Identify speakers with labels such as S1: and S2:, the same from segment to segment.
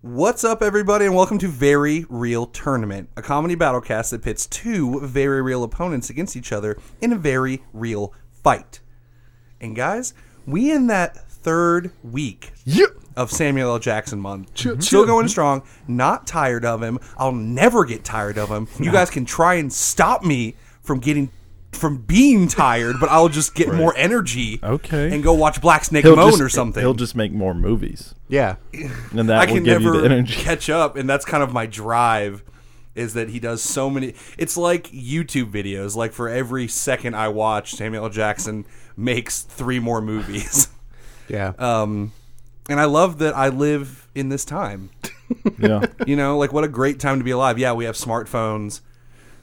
S1: What's up, everybody, and welcome to Very Real Tournament, a comedy battlecast that pits two very real opponents against each other in a very real fight. And guys, we in that third week
S2: Yeah.
S1: of Samuel L. Jackson month, still going strong. Not tired of him. I'll never get tired of him. You guys can try and stop me from getting from being tired, but I'll just get more energy.
S3: Okay.
S1: and go watch Black Snake
S3: He'll
S1: Moan
S3: just-
S1: or something.
S3: He'll just make more movies,
S2: Yeah.
S3: and that
S1: I
S3: will
S1: can
S3: give you
S1: never
S3: the energy.
S1: catch up, and that's kind of my drive. Is that he does so many? It's like YouTube videos. Like for every second I watch, Samuel L. Jackson makes three more movies.
S2: Yeah.
S1: Um, and I love that I live in this time.
S3: yeah,
S1: You know, like what a great time to be alive. Yeah, we have smartphones.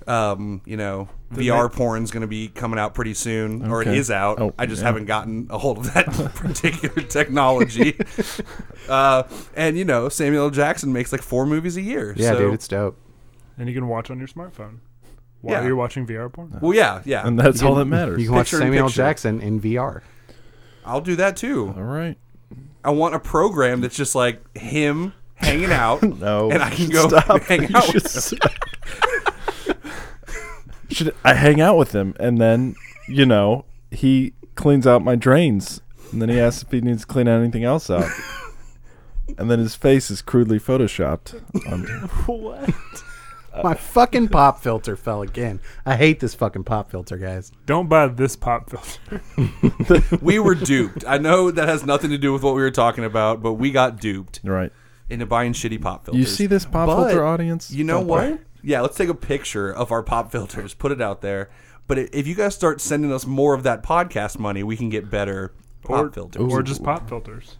S1: Um, you know, VR porn's going to be coming out pretty soon, or it
S3: Okay.
S1: is out.
S3: Oh,
S1: I just
S3: yeah.
S1: haven't gotten a hold of that particular technology. uh, and you know, Samuel L. Jackson makes like four movies a year.
S2: yeah,
S1: so,
S2: dude, it's dope.
S4: and you can watch on your smartphone while
S1: Yeah.
S4: you're watching VR porn.
S1: well, yeah, yeah.
S3: and that's all that matters.
S2: You can watch
S1: Picture in
S2: Samuel
S1: picture.
S2: Jackson in VR.
S1: I'll do that too.
S3: all right.
S1: I want a program that's just like him hanging out,
S3: No,
S1: and I can go
S3: stop.
S1: hang
S3: You
S1: out.
S3: should stop. Should I hang out with him, and then you know he cleans out my drains, and then he asks if he needs to clean anything else out, and then his face is crudely photoshopped. Um, on-
S2: My fucking pop filter fell again. I hate this fucking pop filter, guys.
S4: Don't buy this pop filter.
S1: we were duped. I know that has nothing to do with what we were talking about, but we got duped.
S3: right.
S1: into buying shitty pop filters.
S3: You see this pop
S1: But
S3: filter audience?
S1: You know
S3: Don't
S1: what?
S3: buy it.
S1: Yeah, let's take a picture of our pop filters, put it out there. But i- if you guys start sending us more of that podcast money, we can get better pop
S4: Or,
S1: filters.
S4: or just pop filters.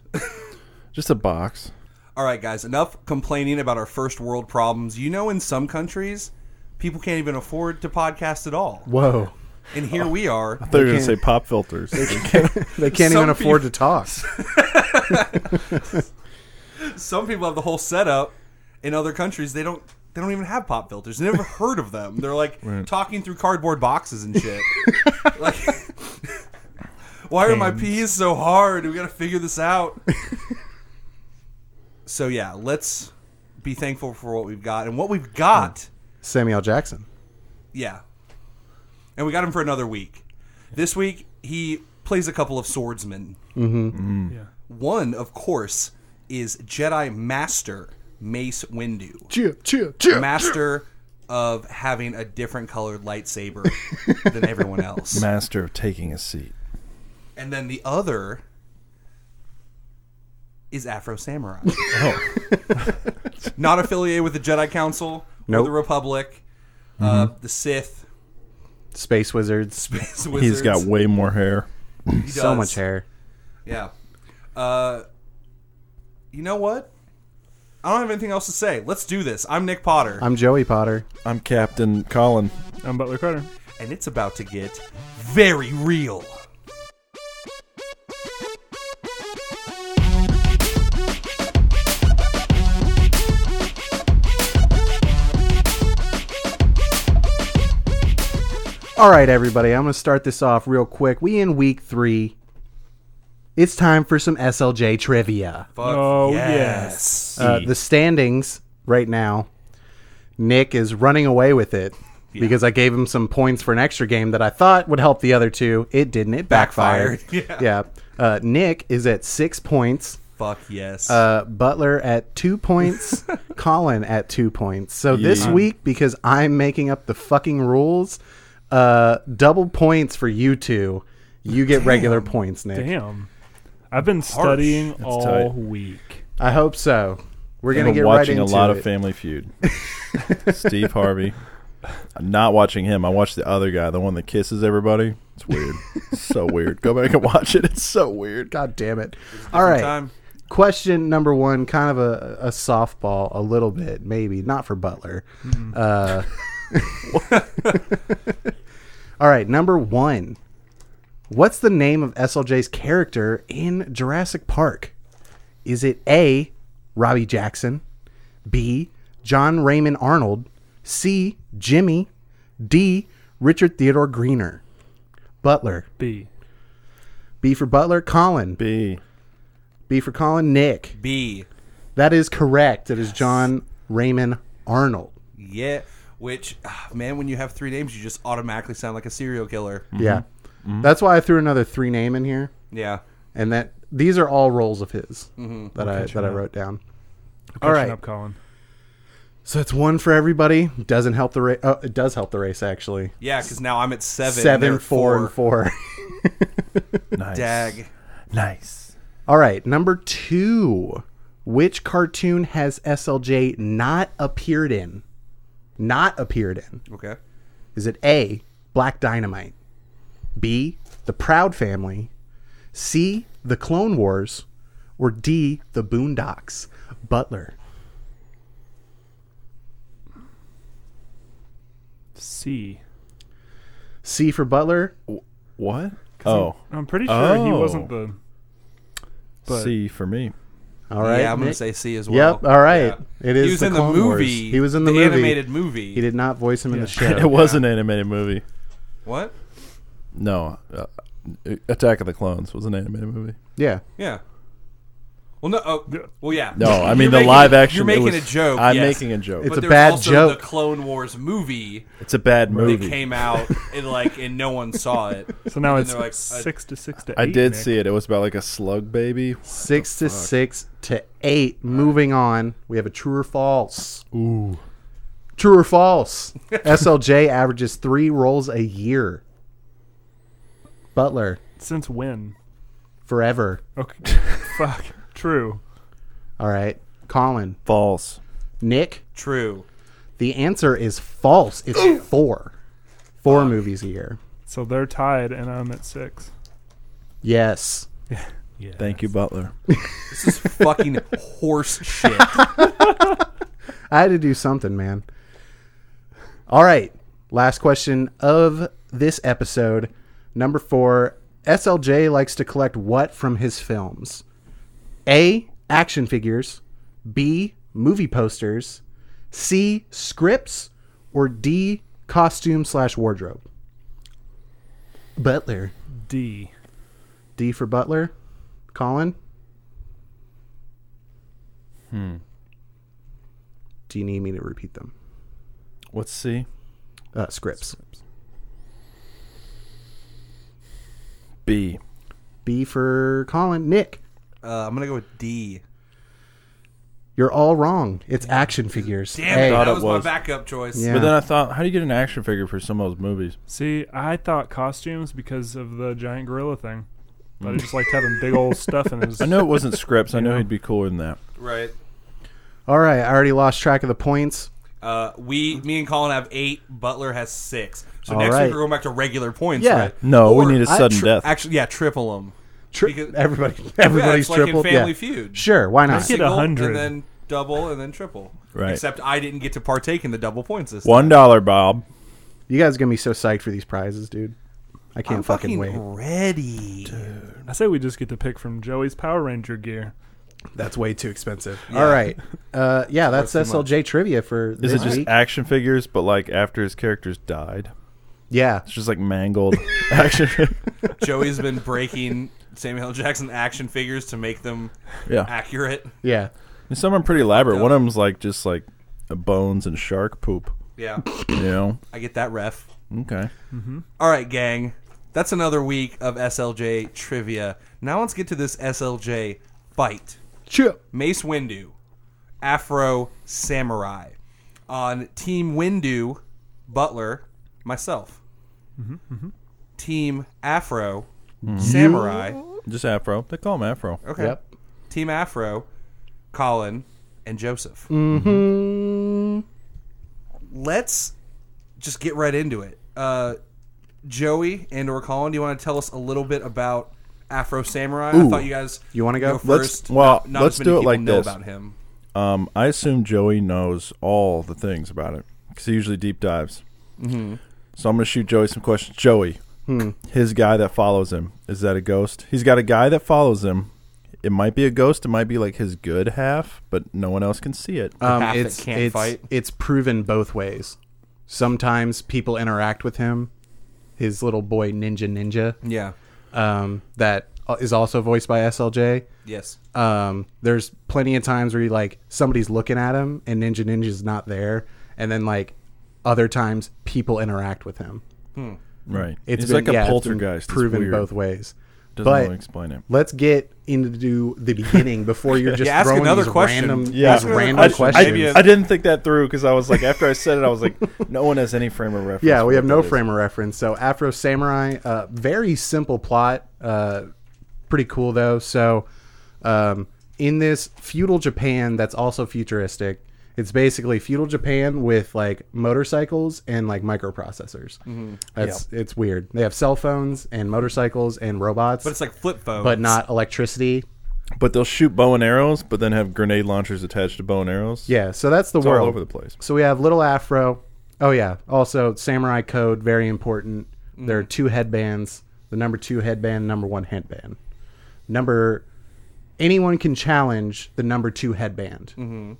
S3: Just a box.
S1: All right, guys, enough complaining about our first world problems. You know, in some countries, people can't even afford to podcast at all.
S2: Whoa.
S1: And here we are.
S3: They're gonna say pop filters.
S2: They can't
S1: Some
S2: even afford to talk.
S1: Some people have the whole setup. In other countries, they don't. They don't even have pop filters. They never heard of them. They're like talking through cardboard boxes and shit. like, why are my peas so hard? We got to figure this out. so yeah, let's be thankful for what we've got and what we've got.
S2: Samuel Jackson.
S1: Yeah. And we got him for another week. This week, he plays a couple of swordsmen.
S4: yeah.
S1: One, of course, is Jedi Master Mace Windu,
S2: Cheer, cheer, cheer.
S1: master of having a different colored lightsaber than everyone else.
S3: Master of taking a seat.
S1: And then the other is Afro Samurai.
S2: Oh.
S1: Not affiliated with the Jedi Council or
S2: Nope. Mm-hmm.
S1: the Republic, uh, the Sith.
S2: Space wizards.
S1: Space
S3: He's got
S1: wizards.
S3: way more hair.
S1: He
S2: So
S1: does.
S2: much hair.
S1: Yeah. Uh, you know what? I don't have anything else to say. Let's do this. I'm Nick Potter,
S2: I'm Joey Potter.
S3: I'm Captain Colin.
S4: I'm Butler Carter.
S1: and it's about to get very real.
S2: All right, everybody. I'm going to start this off real quick. We in week three. It's time for some SLJ trivia.
S1: Fuck
S4: Oh,
S1: yes.
S2: Uh, the standings right now, Nick is running away with it because I gave him some points for an extra game that I thought would help the other two. It didn't. It backfired.
S1: Backfired.
S2: Yeah. Uh, Nick is at six points.
S1: Fuck yes.
S2: Uh, Butler at two points. Colin at two points. So this
S3: Yeah.
S2: week, because I'm making up the fucking rules, uh, double points for you two. You get regular points, Nick.
S4: Damn. I've been studying all
S3: tight.
S4: week.
S2: I hope so. We're
S3: I've
S2: gonna
S3: been
S2: get right
S3: watching
S2: into
S3: a lot
S2: it.
S3: of Family Feud. Steve Harvey. I'm not watching him. I watched the other guy, the one that kisses everybody. It's weird. It's so weird. Go back and watch it. It's so weird.
S2: God damn it! All right.
S1: time.
S2: Question number one, kind of a, a softball, a little bit, maybe not for Butler. Uh, all right, number one. What's the name of SLJ's character in Jurassic Park? Is it A. Robbie Jackson, B. John Raymond Arnold, C. Jimmy, D. Richard Theodore Greener? Butler.
S4: B.
S2: B for Butler, Colin.
S3: B.
S2: B for Colin, Nick.
S1: B.
S2: That is correct. It is John Raymond Arnold.
S1: Yeah. Which, ah, man, when you have three names, you just automatically sound like a serial killer.
S2: Yeah.
S1: Mm-hmm.
S2: That's why I threw another three name in here.
S1: Yeah.
S2: And that these are all roles of his
S1: Mm-hmm.
S2: that I that I wrote down. All right.
S4: up, Colin.
S2: So it's one for everybody. Doesn't help the race. Oh, it does help the race actually.
S1: Yeah, because now I'm at seven.
S2: Seven,
S1: they're at
S2: four, and four.
S3: Nice.
S1: Dag.
S3: Nice.
S2: All right, number two. Which cartoon has SLJ not appeared in? Not appeared in.
S1: Okay.
S2: Is it A, Black Dynamite? B, The Proud Family? C, The Clone Wars? Or D, The Boondocks? Butler.
S4: C.
S2: C for Butler.
S3: What? Oh,
S4: I'm pretty sure he
S3: Oh.
S4: wasn't the. But
S3: C for me.
S2: All right.
S1: yeah, I'm going
S2: Nick.
S1: to say C as well.
S2: Yep. All right.
S1: Yeah.
S2: It is
S1: He was
S2: the
S1: in
S2: Clone
S1: the
S2: Wars.
S1: movie.
S2: He was in the, movie.
S1: animated movie.
S2: He did not voice him in the
S3: It
S2: show.
S3: was an animated movie.
S1: What?
S3: No, uh, Attack of the Clones was an animated movie.
S2: yeah.
S1: Yeah. Well, no. Oh, well, yeah.
S3: No, I
S1: You're
S3: mean the
S1: making-
S3: live action.
S1: You're
S3: it
S1: making
S3: was-
S1: a joke.
S3: I'm
S1: yes.
S3: making a joke.
S2: It's
S1: But
S2: a
S1: there's
S2: bad
S1: also
S2: joke.
S1: The Clone Wars movie
S3: It's a bad
S1: that
S3: movie.
S1: came out and like and no one saw it.
S4: so now
S1: And
S4: it's
S1: they're
S4: like
S1: like,
S4: six to six to eight.
S3: I did
S4: Nick.
S3: see it. It was about like a slug baby.
S2: Six to six to eight. Moving on, we have a true or false. Ooh. True or false? SLJ averages three rolls a year. Butler,
S4: since when.
S2: forever.
S4: Okay, fuck. True.
S2: All right. Colin,
S3: False.
S2: Nick,
S1: True.
S2: the answer is false. It's four. Four movies a year.
S4: So they're tied, and I'm at six.
S2: Yes.
S4: Yeah.
S3: Thank you, Butler.
S1: This is fucking horse shit. Uh,
S2: I had to do something, man. All right. Last question of this episode. Number four SLJ likes to collect what from his films? A. Action figures. B. Movie posters. C. Scripts. Or D. Costume slash wardrobe. Butler.
S4: D.
S2: D for Butler. Colin? Hmm. Do you need me to repeat them?
S3: What's C?
S2: Uh, scripts.
S3: B.
S2: B for Colin. Nick,
S1: Uh, I'm gonna go with D.
S2: you're all wrong. It's action figures.
S1: Damn
S2: Hey,
S1: it,
S3: Thought
S1: that
S3: it
S1: was,
S3: was.
S1: my backup choice.
S2: Yeah.
S3: But then I thought, how do you get an action figure for some of those movies?
S4: See, I thought costumes because of the giant gorilla thing. But I just liked having big old stuff in his.
S3: I know it wasn't scripts. I know he'd be cooler than that.
S1: Right.
S2: All right, I already lost track of the points.
S1: Uh, we, me and Colin have eight. Butler has six. So
S2: All
S1: next
S2: right.
S1: week we're going back to regular points.
S2: Yeah.
S1: Right?
S3: No, we need a
S1: I
S3: sudden death.
S1: Actually, yeah, triple them.
S2: Tri-
S1: Because-
S2: everybody, everybody's
S1: like in
S2: tripled.
S1: Family
S2: yeah.
S1: Feud.
S2: Sure, why not?
S4: Get a
S1: Single,
S4: hundred.
S1: and then double and then triple.
S3: Right.
S1: Except I didn't get to partake in the double points this
S3: One
S1: time.
S3: dollar, Bob.
S2: You guys are gonna be so psyched for these prizes, dude. I can't
S1: I'm
S2: fucking,
S1: fucking
S2: wait.
S1: ready.
S4: I say we just get to pick from Joey's Power Ranger gear.
S2: That's way too expensive. All right, uh, yeah, that's
S1: Worth too much.
S2: SLJ trivia for
S3: Is
S2: this
S3: it just
S2: week.
S3: action figures, but like after his characters died?
S2: yeah,
S3: It's just like mangled action. fig-
S1: Joey's been breaking Samuel L. Jackson action figures to make them
S3: yeah,
S1: accurate.
S2: yeah.
S3: and some are pretty elaborate. One of them's like just like bones and shark poop.
S1: Yeah,
S3: You know?
S1: I get that ref.
S3: Okay.
S1: All right, gang. That's another week of SLJ trivia. Now let's get to this SLJ fight.
S2: Sure.
S1: Mace Windu, Afro Samurai. On Team Windu, Butler, myself. Team Afro, Samurai.
S3: Just Afro. They call him Afro.
S1: Okay.
S2: Yep.
S1: Team Afro, Colin, and Joseph.
S3: Mm-hmm.
S1: Let's just get right into it. Uh, Joey and or Colin, do you want to tell us a little bit about Afro Samurai? I
S2: Ooh.
S1: thought you guys
S2: You wanna go?
S3: Let's-
S1: first.
S3: well,
S1: Not- not
S3: let's
S1: as many
S3: do it
S1: people
S3: like
S1: know
S3: this.
S1: about him.
S3: Um, I assume Joey knows all the things about it because he usually deep dives. Mm-hmm. So I'm going to shoot Joey some questions. Joey,
S2: Hmm.
S3: his guy that follows him, is that a ghost? He's got a guy that follows him. It might be a ghost. It might be like his good half, but no one else can see it.
S2: um,
S1: half that
S2: it's,
S1: can't
S2: it's,
S1: fight.
S2: It's proven both ways. Sometimes people interact with him, his little boy Ninja Ninja,
S1: Yeah.
S2: um, that is also voiced by SLJ.
S1: Yes.
S2: Um, there's plenty of times where you like somebody's looking at him and Ninja Ninja's not there, and then like other times people interact with him.
S3: Right. It's
S2: It's been-
S3: like a
S2: yeah, it's been
S3: poltergeist. It's
S2: proven
S3: weird.
S2: both ways.
S3: Doesn't
S2: but-
S3: really explain it.
S2: Let's get into the beginning before you're just
S1: Yeah, ask
S2: throwing
S1: another
S2: these
S1: question.
S2: random,
S1: Yeah.
S2: these
S1: Ask another
S2: random
S3: I,
S2: questions.
S1: question.
S3: I-
S1: Maybe a-
S3: I didn't think that through because I was like, after I said it, I was like, no one has any frame of reference.
S2: Yeah,
S3: for
S2: we have
S3: what
S2: no
S3: that is.
S2: frame of reference. So Afro Samurai, uh, very simple plot, uh, pretty cool though. So um, in this feudal Japan that's also futuristic, it's basically feudal Japan with like motorcycles and like microprocessors.
S3: Mm-hmm.
S2: That's it's weird. They have cell phones and motorcycles and robots,
S1: But it's like flip phone.
S2: but not electricity.
S3: But they'll shoot bow and arrows, but then have grenade launchers attached to bow and arrows.
S2: Yeah, so that's the
S3: all
S2: world
S3: over the place.
S2: So we have little afro. Oh yeah, also samurai code very important. There
S4: Mm.
S2: are two headbands: the number two headband, number one headband. Number anyone can challenge the number two headband
S4: Mm-hmm.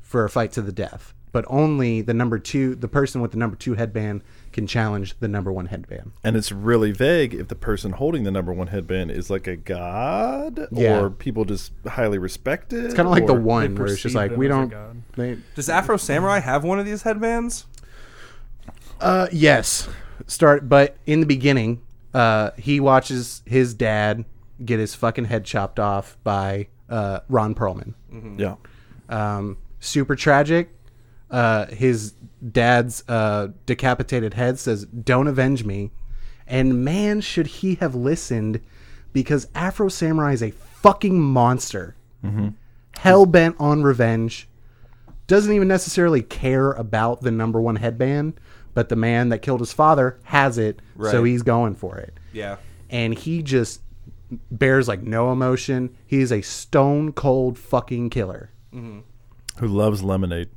S2: for a fight to the death, but only the number two, the person with the number two headband, can challenge the number one headband.
S3: And it's really vague if the person holding the number one headband is like a god
S2: Yeah.
S3: or people just highly respected.
S2: Kind of like the
S3: or-
S2: one where it's just
S4: perceive
S2: like
S4: them
S2: we
S4: as a
S2: don't.
S4: god.
S2: They,
S1: Does Afro Samurai have one of these headbands?
S2: Uh, yes. Start, but in the beginning, uh, he watches his dad get his fucking head chopped off by uh, Ron Perlman.
S3: Yeah.
S2: Um, super tragic. Uh, his dad's uh, decapitated head says, "Don't avenge me," and man, should he have listened, because Afro Samurai is a fucking monster, hell bent on revenge. Doesn't even necessarily care about the number one headband, but the man that killed his father has it, so
S1: Right.
S2: he's going for it
S1: Yeah.
S2: and he just bears like no emotion. He is a stone cold fucking killer.
S3: Who loves lemonade.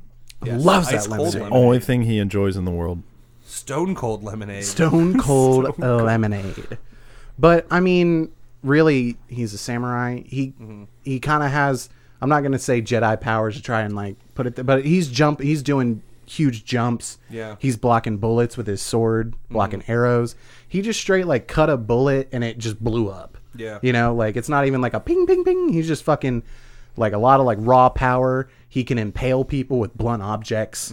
S1: Yes.
S2: Loves that
S1: Ice cold
S2: lemonade.
S1: lemonade.
S3: Only thing he enjoys in the world.
S1: Stone cold lemonade.
S2: Stone cold lemonade. But I mean, really, he's a samurai. He
S1: Mm-hmm.
S2: he kind of has. I'm not gonna say Jedi powers to try and like put it, there, but he's jump. He's doing huge jumps.
S1: Yeah.
S2: he's blocking bullets with his sword, blocking arrows. He just straight like cut a bullet and it just blew up.
S1: Yeah.
S2: you know, like it's not even like a ping, ping, ping. He's just fucking like a lot of like raw power. He can impale people with blunt objects.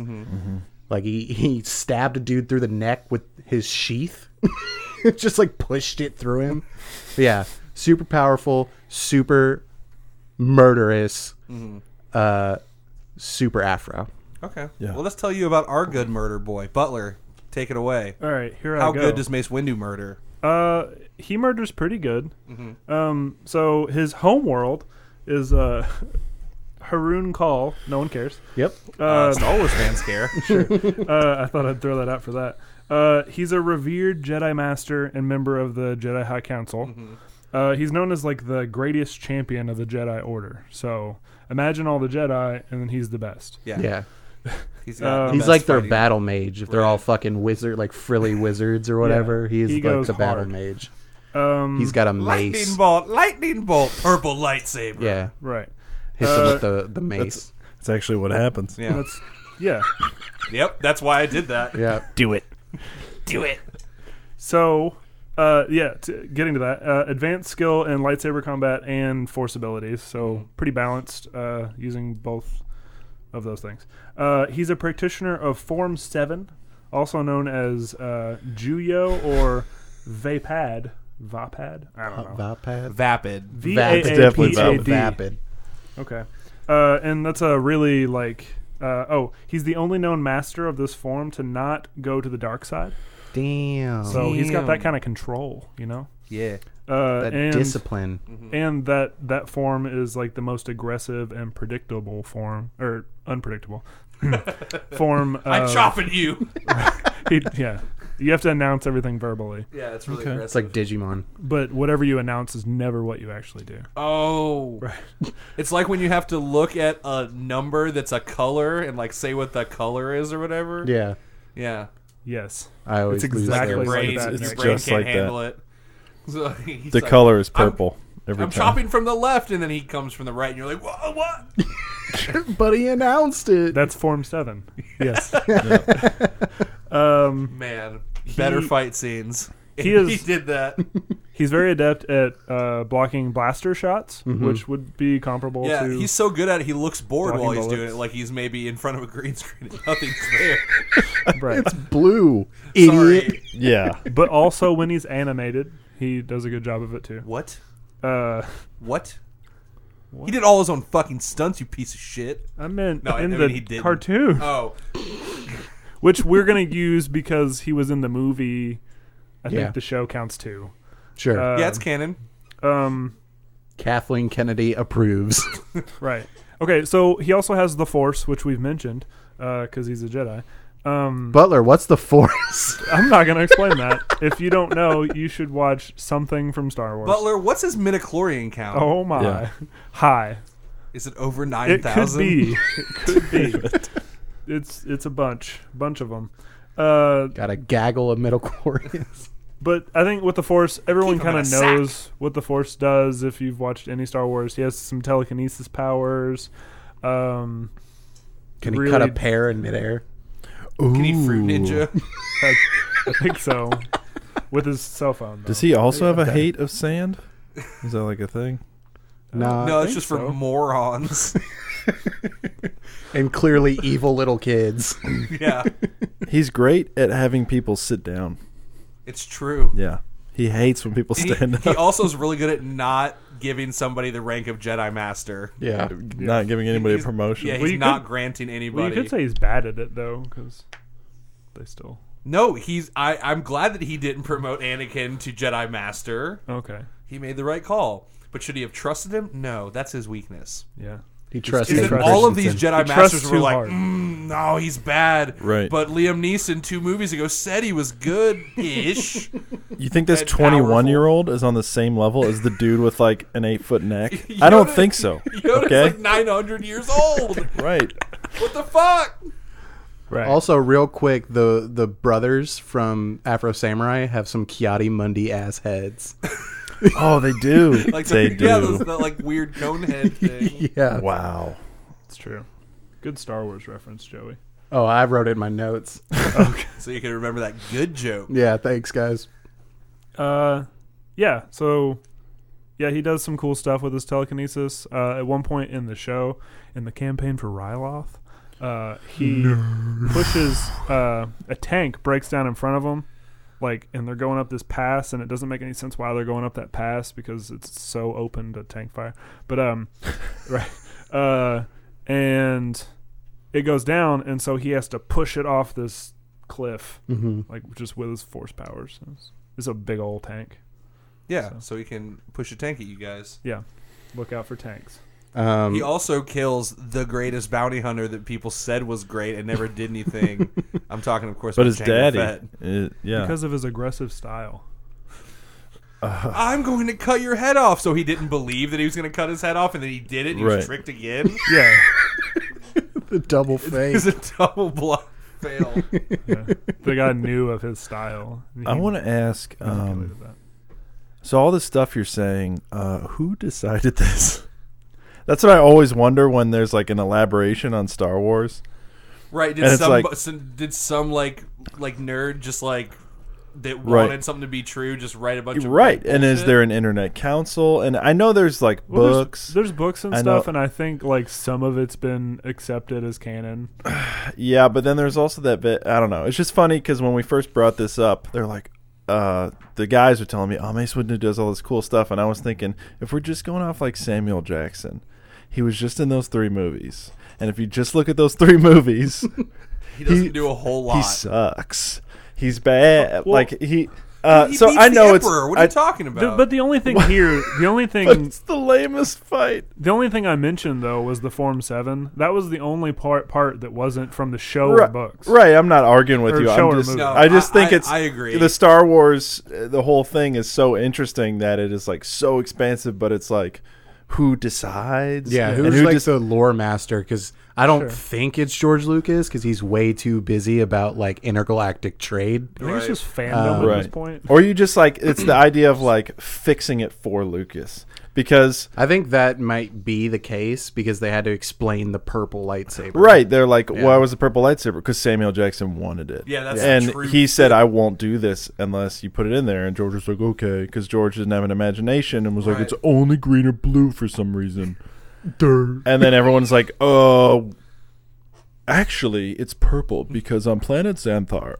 S2: Like he, he stabbed a dude through the neck with his sheath. Just like pushed it through him. yeah. Super powerful, super murderous, uh super afro.
S1: Okay.
S3: Yeah.
S1: Well, let's tell you about our good murder boy, Butler. Take it away.
S4: All right, here
S1: How
S4: I go.
S1: good does Mace Windu murder?
S4: Uh, he murders pretty good. Um, so his homeworld is uh, Haroon Call. No one cares.
S2: Yep.
S1: Uh,
S4: Uh,
S1: Star Wars fans care.
S4: uh, I thought I'd throw that out for that. Uh, he's a revered Jedi Master and member of the Jedi High Council. Uh, he's known as like the greatest champion of the Jedi Order. So imagine all the Jedi, and then he's the best.
S1: Yeah.
S2: Yeah.
S1: He's, got
S4: Uh,
S1: the
S2: He's
S1: best
S2: like their
S1: fighting-
S2: battle mage if they're all fucking wizard like frilly wizards or whatever. He is
S4: he
S2: like
S4: goes
S2: the battle
S4: hard.
S2: mage.
S4: Um,
S2: He's got a
S1: Lightning
S2: mace.
S1: bolt, lightning bolt, purple lightsaber.
S2: Yeah.
S4: right.
S2: Hits him
S4: Uh,
S2: with the, the mace.
S3: That's actually what happens.
S1: Yeah.
S4: That's yeah.
S1: Yep, that's why I did that.
S2: Yeah.
S3: Do it.
S1: Do it.
S4: So, uh, yeah, t- getting to that, uh, advanced skill in lightsaber combat and force abilities. So, pretty balanced uh, using both of those things. Uh, he's a practitioner of Form 7, also known as uh, Juyo or Vapad. Vapad? I don't know.
S2: Vapid.
S1: Vapid.
S4: V A
S2: Vapid.
S4: A
S3: Definitely
S4: P A D.
S2: Vapid.
S4: Okay. Uh, and that's a really like. Uh, oh, he's the only known master of this form to not go to the dark side.
S2: Damn.
S4: So he's got that
S1: Damn.
S4: kind of control, you know.
S1: Yeah.
S4: Uh,
S2: that
S4: and,
S2: discipline.
S4: and that that form is like the most aggressive and predictable form or unpredictable form. Of,
S1: I'm chopping you.
S4: he- yeah, you have to announce everything verbally,
S1: yeah, it's really
S2: It's like Digimon.
S4: but whatever you announce is never what you actually do.
S1: oh. It's like when you have to look at a number that's a color and like say what the color is or whatever.
S2: Yeah.
S1: Yeah.
S4: Yes,
S2: I always
S4: It's
S2: lose
S4: exactly
S1: Your
S2: those.
S4: like
S1: brain,
S4: that,
S1: your
S4: Nick.
S1: brain
S3: Just
S1: can't
S3: like that.
S1: handle it. So he's
S3: The
S1: like,
S3: color is
S1: I'm-
S3: purple every
S1: I'm
S3: time.
S1: chopping from the left, and then he comes from the right, and you're like, "Whoa, what?"
S2: But he announced it.
S4: that's form seven. Yes. um,
S1: Man, better fight scenes.
S4: He
S1: He,
S4: is-
S1: did that.
S4: He's very adept at uh, blocking blaster shots,
S2: Mm-hmm.
S4: which would be comparable
S1: Yeah,
S4: to.
S1: he's so good at it. He looks bored
S4: Blocking
S1: while he's doing
S4: bullets.
S1: it, like he's maybe in front of a green screen and nothing's there.
S4: right.
S2: Blue idiot.
S1: Sorry.
S3: Yeah.
S4: but also when he's animated, he does a good job of it too.
S1: What?
S4: Uh,
S1: What? He did all his own fucking stunts, you piece of shit.
S4: I meant
S1: No, I-
S4: in
S1: I
S4: the
S1: mean, he didn't.
S4: cartoon,
S1: Oh,
S4: which we're gonna use because he was in the movie. I
S2: Yeah.
S4: think the show counts too.
S2: Sure.
S4: Uh,
S1: yeah, it's canon.
S4: Um,
S2: Kathleen Kennedy approves.
S4: right. Okay, so he also has the Force, which we've mentioned, because he's a Jedi. Um,
S2: Butler, what's the force?
S4: I'm not gonna explain that. If you don't know, you should watch something from Star Wars.
S1: Butler, what's his midichlorian count?
S4: Oh my!
S3: Yeah.
S4: Hi.
S1: Is it over
S4: It
S1: 9,000?
S4: could be. It could be. it's it's a bunch, bunch of them. Uh,
S2: Got a gaggle of middle chlorians.
S4: but I think with the Force, everyone
S1: Keep 'em
S4: kind
S1: in
S4: of
S1: a sack.
S4: knows what the Force does. If you've watched any Star Wars, he has some telekinesis powers. Um,
S2: Can he
S4: Really-
S2: cut a pear in midair?
S1: Can he fruit ninja?
S4: I, I think so. With his cell phone. Though.
S3: Does he also have a hate of sand? Is that like a thing?
S2: No.
S1: no, it's
S4: think
S1: just
S4: so.
S1: for morons.
S2: And clearly evil little kids.
S1: yeah,
S3: He's great at having people sit down.
S1: it's true.
S3: Yeah. He hates when people
S1: He,
S3: stand
S1: he
S3: up,
S1: also is really good at not giving somebody the rank of Jedi Master.
S2: Yeah.
S3: not giving anybody a
S1: He's-
S3: promotion.
S1: Yeah, he's
S4: Well, you
S1: not
S4: could-
S1: granting anybody.
S4: well, you could say he's bad at it though, because they still.
S1: no, he's. I, I'm glad that he didn't promote Anakin to Jedi Master.
S4: Okay.
S1: He made the right call. But should he have trusted him? No, that's his weakness.
S4: Yeah.
S2: He trusts
S1: Is
S4: Hayden
S1: that
S2: Hayden
S1: all of these
S2: Christensen.
S1: Jedi
S4: He trusts
S1: Masters were
S4: too
S1: like,
S4: hard.
S1: mm, no, he's bad.
S3: Right.
S1: But Liam Neeson two movies ago said he was good ish.
S3: You think this
S1: and
S3: 21
S1: powerful.
S3: year old is on the same level as the dude with like an eight foot neck? I
S1: Yoda-
S3: don't think so.
S1: Yoda's
S3: Okay.
S1: like 900 years old.
S3: Right.
S1: What the fuck?
S4: Right.
S2: Also, real quick, the the brothers from Afro Samurai have some Kiati Mundi ass heads.
S3: Oh, they do.
S1: Like
S3: they
S1: the,
S3: do.
S1: Yeah, those, that like weird cone head thing.
S2: yeah.
S3: Wow.
S4: It's true. Good Star Wars reference, Joey.
S2: Oh, I wrote it in my notes.
S1: so you can remember that good joke.
S2: Yeah, thanks, guys.
S4: Uh, yeah. So, yeah, he does some cool stuff with his telekinesis. Uh, at one point in the show, in the campaign for Ryloth, uh, he pushes uh, a tank breaks down in front of him, like, and they're going up this pass, and it doesn't make any sense why they're going up that pass because it's so open to tank fire. But um, right, uh, and it goes down, and so he has to push it off this cliff,
S3: Mm-hmm.
S4: like just with his force powers. It's- It's a big old tank.
S1: Yeah, so. he can push a tank at you guys.
S4: Yeah. Look out for tanks.
S1: He
S2: Um,
S1: also kills the greatest bounty hunter that people said was great and never did anything. I'm talking, of course,
S3: But
S1: about
S3: his
S1: Jango
S3: daddy.
S1: Fett.
S3: uh, yeah.
S4: Because of his aggressive style.
S1: I'm going to cut your head off. So he didn't believe that he was going to cut his head off, and then he did it. And he
S3: Right.
S1: was tricked again.
S4: Yeah.
S2: the double
S1: It's
S2: face.
S1: a double bluff fail.
S4: the guy knew of his style.
S3: I want to ask. Um, so all this stuff you're saying, uh, who decided this? That's what I always wonder when there's like an elaboration on Star Wars.
S1: Right?
S3: And
S1: Did
S3: it's
S1: some,
S3: like-
S1: some did some like like nerd just like that
S3: Right.
S1: wanted something to be true? Just write a bunch of
S3: Right. And is
S1: bullshit?
S3: there an internet council? And I know there's like
S4: Well, there's-
S3: books.
S4: There's, books and
S3: I know-
S4: stuff, and I think like some of it's been accepted as canon.
S3: Yeah, but then there's also that bit. I don't know. It's just funny because when we first brought this up, they're like, uh, the guys were telling me, "Oh, Mace Windu does all this cool stuff," and I was thinking, if we're just going off like Samuel Jackson, he was just in those three movies, and if you just look at those three movies,
S1: He doesn't
S3: he-
S1: do a whole
S3: he
S1: lot.
S3: sucks. He's bad.
S4: Well,
S3: like he. Uh,
S1: He
S3: so
S1: beats
S3: I know
S1: the
S3: it's.
S1: Emperor. What are
S3: I-
S1: you talking
S4: The-
S1: about?
S4: but the only thing here, the only
S3: but
S4: thing,
S3: it's the lamest fight.
S4: the only thing I mentioned though was the Form Seven. That was the only part part that wasn't from the show or
S3: Right,
S4: books.
S3: right, I'm not arguing with
S4: Or
S3: you.
S4: show
S3: I'm
S4: or
S3: just,
S4: movie. No,
S3: I just
S1: I-
S3: think
S1: I-
S3: it's.
S1: I agree.
S3: The Star Wars, uh, the whole thing is so interesting that it is like so expansive, but it's like, who decides?
S2: Yeah,
S3: And
S2: who's like
S3: dec-
S2: the lore master? Because I don't think it's George Lucas because he's way too busy about like intergalactic trade.
S4: I think it's
S1: Right.
S4: just fandom at
S3: Uh, right?
S4: this point.
S3: Or you just like it's the idea of like fixing it for Lucas. because
S2: I think that might be the case because they had to explain the purple lightsaber.
S3: right they're like, why was the purple lightsaber? Because Samuel Jackson wanted it.
S1: Yeah, that's
S3: and
S1: the truth.
S3: he said, I won't do this unless you put it in there. And George was like, okay, because George didn't have an imagination and was like,
S1: Right.
S3: it's only green or blue for some reason. and then everyone's like, oh. Actually, it's purple because on planet Xanthar.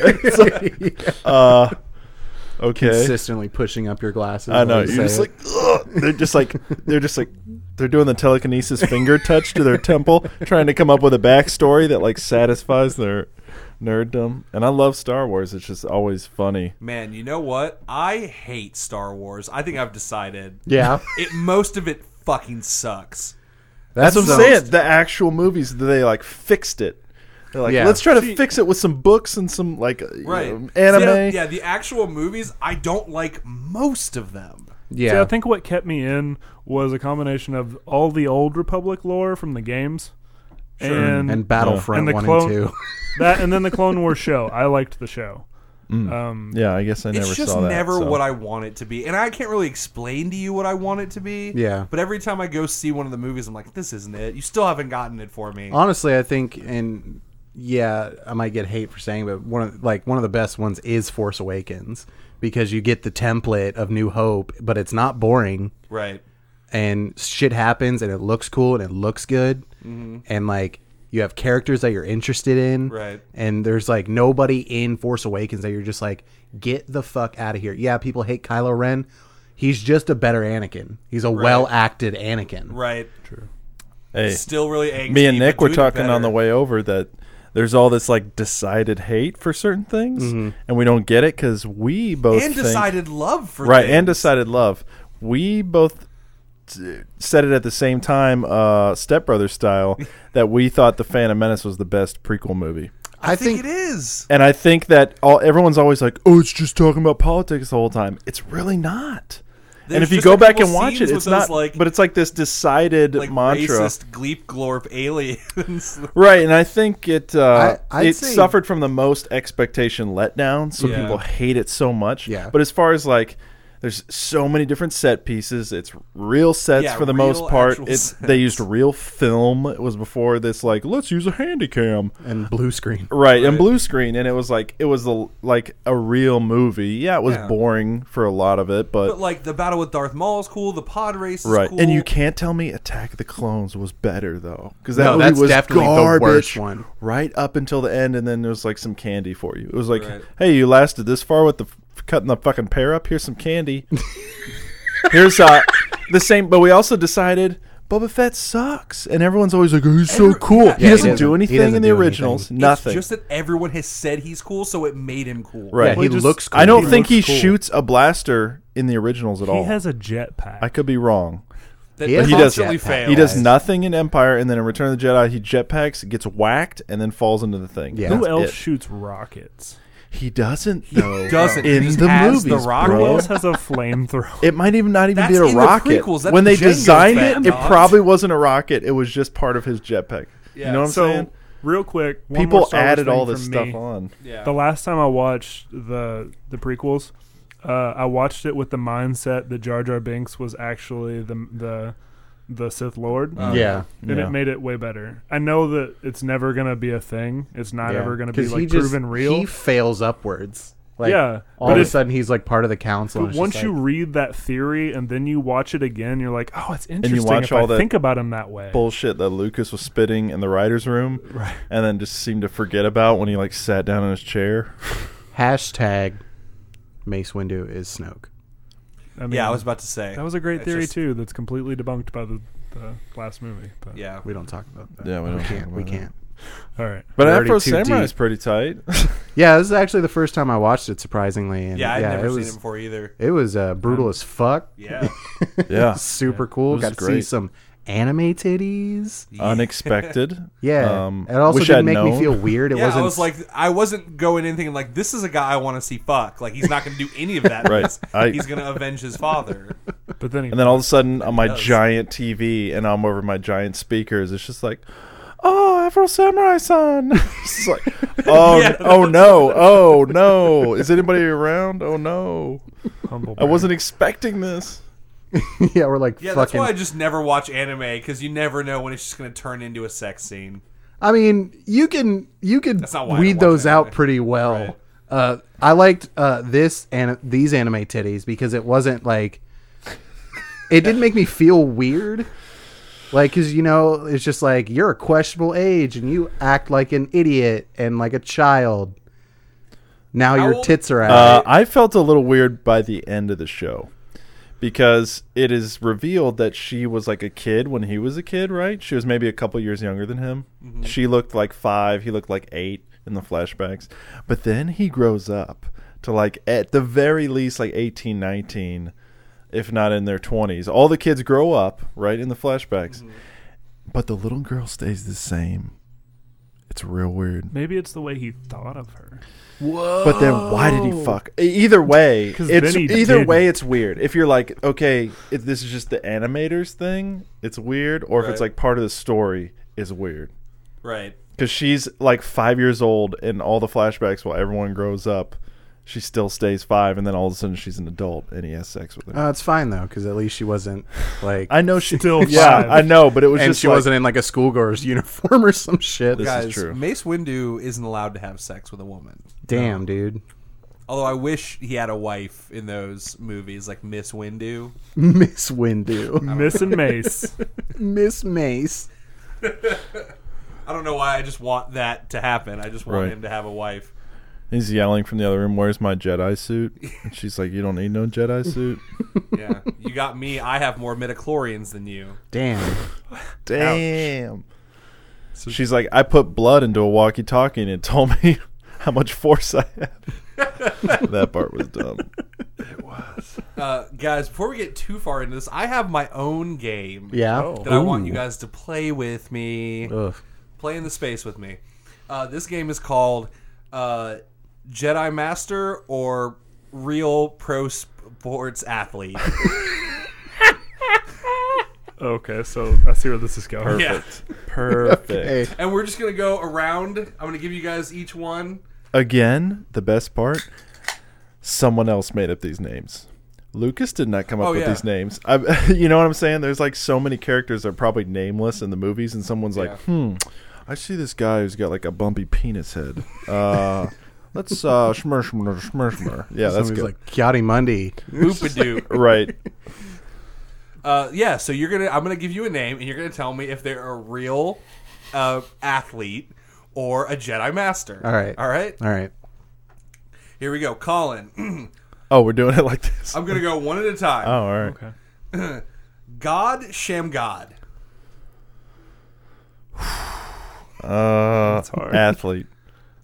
S3: It's like, uh, okay.
S2: Consistently pushing up your glasses.
S3: Eh? I know.
S2: when you
S3: You're just
S2: say
S3: like "Ugh." they're just like they're just like they're doing the telekinesis finger touch to their temple, trying to come up with a backstory that like satisfies their nerddom. And I love Star Wars. It's just always funny.
S1: Man, you know what? I hate Star Wars. I think I've decided.
S2: it. yeah.
S1: It most of it fucking sucks.
S2: That's,
S3: That's what
S2: the-
S3: I'm saying. The actual movies they like fixed it. They're like,
S2: Yeah.
S3: let's try to fix it with some books and some like uh, you
S1: Right.
S3: know, anime.
S1: Yeah, yeah, the actual movies, I don't like most of them.
S2: Yeah.
S4: See, I think what kept me in was a combination of all the old Republic lore from the games, and
S2: and Battlefront
S4: And the
S2: one
S4: clone-
S2: and two.
S4: that, and then the Clone Wars show. I liked the show.
S3: Yeah, I guess I never
S1: it's just
S3: saw that.
S1: never
S3: so.
S1: what I want it to be. And I can't really explain to you what I want it to be.
S2: Yeah.
S1: But every time I go see one of the movies, I'm like, this isn't it. You still haven't gotten it for me.
S2: Honestly, I think and yeah, I might get hate for saying, but one of like one of the best ones is Force Awakens because you get the template of New Hope, but it's not boring
S1: right.
S2: and shit happens and it looks cool and it looks good and like you have characters that you're interested in
S1: Right.
S2: and there's like nobody in Force Awakens that you're just like get the fuck out of here. Yeah, people hate Kylo Ren. He's just a better Anakin. He's a well acted Anakin.
S1: Right.
S3: Hey.
S1: Still really angry.
S3: me and Nick were talking on the way over that there's all this like decided hate for certain things, and we don't get it because we both
S1: Mm-hmm. And
S3: think-
S1: decided love for
S3: right
S1: things.
S3: and decided love. We both t- said it at the same time, uh, Step Brothers style, that we thought the Phantom Menace was the best prequel movie.
S2: I
S1: I think,
S2: think
S1: it is.
S3: And I think that all everyone's always like, "Oh, it's just talking about politics the whole time." It's really not.
S1: There's
S3: and if you
S1: just
S3: go
S1: a
S3: back
S1: couple
S3: and watch
S1: scenes
S3: it,
S1: with
S3: it's
S1: those,
S3: not.
S1: like-
S3: but it's like this decided
S1: Like
S3: mantra.
S1: racist Gleep Glorp aliens.
S3: Right, and I think it uh,
S2: I- I'd
S3: it
S2: say-
S3: suffered from the most expectation letdown, so
S1: Yeah.
S3: people hate it so much.
S2: Yeah.
S3: But as far as like, there's so many different set pieces. It's real sets
S1: Yeah,
S3: for the
S1: real
S3: most part.
S1: actual
S3: It, they used real film. It was before this like let's use a handycam.
S2: and blue screen.
S3: Right, and blue screen, and it was like it was a, like a real movie. Yeah, it was
S1: Yeah.
S3: boring for a lot of it, but,
S1: But like the battle with Darth Maul is cool. The pod race is
S3: right.
S1: cool.
S3: And you can't tell me Attack of the Clones was better though, because that
S2: No,
S3: movie
S2: that's
S3: was
S2: definitely the
S3: garbage
S2: worst one.
S3: right up until the end, and then there was like some candy for you. It was like,
S1: Right.
S3: hey, you lasted this far with the f- cutting the fucking pear up. Here's some candy. Here's uh the same, but we also decided. Boba Fett sucks, and everyone's always like, oh, "He's so
S1: Every-
S3: cool."
S1: yeah,
S3: he
S1: he
S3: doesn't
S2: doesn't.
S3: do
S2: He
S3: anything
S2: doesn't
S3: in the
S2: do anything.
S3: originals.
S1: It's
S3: Nothing.
S1: just that everyone has said he's cool, so it made him cool.
S3: Right.
S2: Yeah,
S3: Well,
S2: he
S3: just-
S2: looks cool.
S3: I don't
S2: He
S3: think he
S2: looks cool.
S3: shoots a blaster in the originals at all.
S4: He has a jetpack.
S3: Oh. I could be wrong.
S1: That
S2: He has
S3: a
S1: constantly
S2: jetpack.
S1: fails.
S3: He does
S2: Alright.
S3: nothing in Empire, and then in Return of the Jedi, he jetpacks, gets whacked, and then falls into the thing.
S2: Yeah.
S4: Who
S3: That's
S4: else
S3: it.
S4: shoots rockets?
S3: He doesn't. Though,
S1: doesn't. He
S3: in
S1: just
S3: the
S1: has
S3: movies,
S1: the rocket.
S4: Who
S3: bro.
S4: else has a flamethrower?
S3: It might even not even
S1: That's
S3: be a
S1: in the
S3: rocket.
S1: prequels. That's
S3: when they
S1: Jango
S3: designed
S1: Fett,
S3: it, it
S1: Knox.
S3: probably wasn't a rocket. It was just part of his jetpack. You
S1: Yeah.
S3: know what I'm
S4: so
S3: saying?
S4: real quick, one more
S3: People
S4: Star Wars
S3: added
S4: thing
S3: all this
S4: from
S3: stuff
S4: me.
S3: on.
S1: Yeah.
S4: The last time I watched the the prequels, uh, I watched it with the mindset that Jar Jar Binks was actually the the the Sith Lord.
S3: Oh.
S2: yeah.
S4: and
S3: Yeah.
S4: it made it way better. I know that it's never gonna be a thing. It's not
S2: Yeah.
S4: ever gonna be
S2: 'Cause
S4: like
S2: he just-
S4: proven real.
S2: He fails upwards. Like,
S4: Yeah,
S2: All
S4: but
S2: of a
S4: if-
S2: sudden, he's like part of the council. and
S4: but
S2: it's
S4: once
S2: just
S4: you
S2: like-
S4: read that theory and then you watch it again, you're like, oh, it's interesting
S3: watch
S4: if
S3: all
S4: I
S3: that
S4: think about him that way.
S3: Bullshit that Lucas was spitting in the writers' room, and then just seemed to forget about when he like sat down in his chair.
S2: hashtag Mace Windu is Snoke.
S4: I mean,
S1: Yeah, I was about to say.
S4: that was a great
S1: It's
S4: theory
S1: just-
S4: too. That's completely debunked by the, the last movie. But.
S1: Yeah.
S2: We don't talk about that.
S3: Yeah, we don't
S2: we
S3: talk
S2: can't. We
S3: about that.
S2: can't.
S4: All right.
S3: But
S2: Thirty
S3: Afro
S2: two
S3: Samurai
S2: deep.
S3: is pretty tight.
S2: Yeah, this is actually the first time I watched it. Surprisingly, and
S1: Yeah, I'd never
S2: it
S1: seen
S2: was,
S1: it before either.
S2: It was uh, brutal as fuck.
S1: Yeah.
S3: yeah,
S2: super cool.
S3: was
S2: Got to see
S3: great.
S2: some anime titties.
S3: unexpected.
S2: Yeah,
S3: um,
S2: it also
S3: wish
S2: didn't
S3: I'd
S2: make me
S3: known.
S2: feel weird. It
S1: yeah,
S2: wasn't
S1: I was like, I wasn't going in thinking like, this is a guy I want to see fuck. Like, he's not going to do any of that.
S3: Right.
S1: He's-
S3: I-
S1: he's going to avenge his father.
S4: But then, he,
S3: And then all of a sudden, on my
S1: does.
S3: giant TV and I'm over my giant speakers, it's just like, oh, Afro Samurai son. it's just like, oh,
S1: Yeah.
S3: oh no, oh no. Is anybody around? Oh no.
S4: humble
S3: I wasn't expecting this.
S2: yeah, we're like
S1: Yeah, that's
S2: fucking.
S1: why I just never watch anime because you never know when it's just going to turn into a sex scene.
S2: I mean, you can you can
S1: not why I
S2: weed
S1: watch
S2: those
S1: anime.
S2: out pretty well.
S1: Right.
S2: Uh, I liked uh, this and these anime titties because it wasn't like it didn't make me feel weird. Like, cause you know, it's just like you're a questionable age and you act like an idiot and like a child. Now your
S1: old-
S2: tits are out.
S3: Uh, I felt a little weird by the end of the show because it is revealed that she was like a kid when he was a kid, right? She was maybe a couple years younger than him. She looked like five, he looked like eight in the flashbacks. But then he grows up to like, at the very least, like 18, 19, if not in their 20s. All the kids grow up, right, in the flashbacks. But the little girl stays the same. It's real weird.
S4: Maybe it's the way he thought of her.
S3: But then why did
S2: Oh.
S3: he fuck? E- Either way,
S4: 'Cause
S3: it's
S4: then he
S3: either
S4: didn't.
S3: way it's weird. If you're like, okay, if this is just the animators thing, it's weird, or if it's
S1: Right.
S3: like part of the story is weird.
S1: Right.
S3: Cuz she's like 5 years old in all the flashbacks while everyone grows up, she still stays 5 and then all of a sudden she's an adult and he has sex with her.
S2: Uh, it's fine though, because at least she wasn't like
S3: I know she
S4: Still
S3: Yeah,
S4: five.
S3: I know, but it was
S2: and
S3: just
S2: she
S3: like,
S2: wasn't in like a schoolgirl's uniform or some shit.
S3: This- is
S1: Guys,
S3: true.
S1: Mace Windu isn't allowed to have sex with a woman.
S2: Damn, dude.
S1: Although I wish he had a wife in those movies, like Miss Windu.
S2: Miss Windu.
S4: Miss and Mace.
S2: Miss Mace.
S1: I don't know why I just want that to happen. I just want
S3: Right.
S1: him to have a wife.
S3: He's yelling from the other room, "Where's my Jedi suit?" And she's like, "You don't need no Jedi suit."
S1: Yeah. you got me. I have more midichlorians than you.
S2: Damn.
S3: Damn. She's like, I put blood into a walkie talkie and it told me how much force I had. that part was dumb.
S1: Uh, guys, before we get too far into this, I have my own game.
S2: Yeah.
S1: That I want you guys to play with me.
S2: Ugh.
S1: Play in the space with me. Uh, this game is called uh, Jedi Master or Real Pro Sports Athlete.
S4: Okay, so I see where this is going.
S1: yeah.
S3: Perfect.
S2: Hey,
S1: And we're just going to go around. I'm going to give you guys each one.
S3: Again, the best part someone else made up these names. Lucas did not come up
S1: Oh,
S3: with
S1: yeah.
S3: these names. I, you know what I'm saying? There's like so many characters that are probably nameless in the movies, and someone's like, hmm, I see this guy who's got like a bumpy penis head. Uh, let's uh, shmer, shmer, shmer, shmer. Yeah, that's
S2: somebody's
S3: good.
S2: like Kiati Mundi.
S1: Boopadoo.
S3: right.
S1: Uh, yeah, so you're gonna I'm gonna give you a name, and you're gonna tell me if they're a real uh, athlete or a Jedi Master.
S2: All right.
S1: all right.
S2: All right.
S1: Here we go, Colin.
S3: Oh, we're doing it like this.
S1: I'm gonna go one at a time.
S3: oh, all right.
S4: Okay.
S1: God Shamgod.
S3: Uh,
S4: hard.
S3: athlete.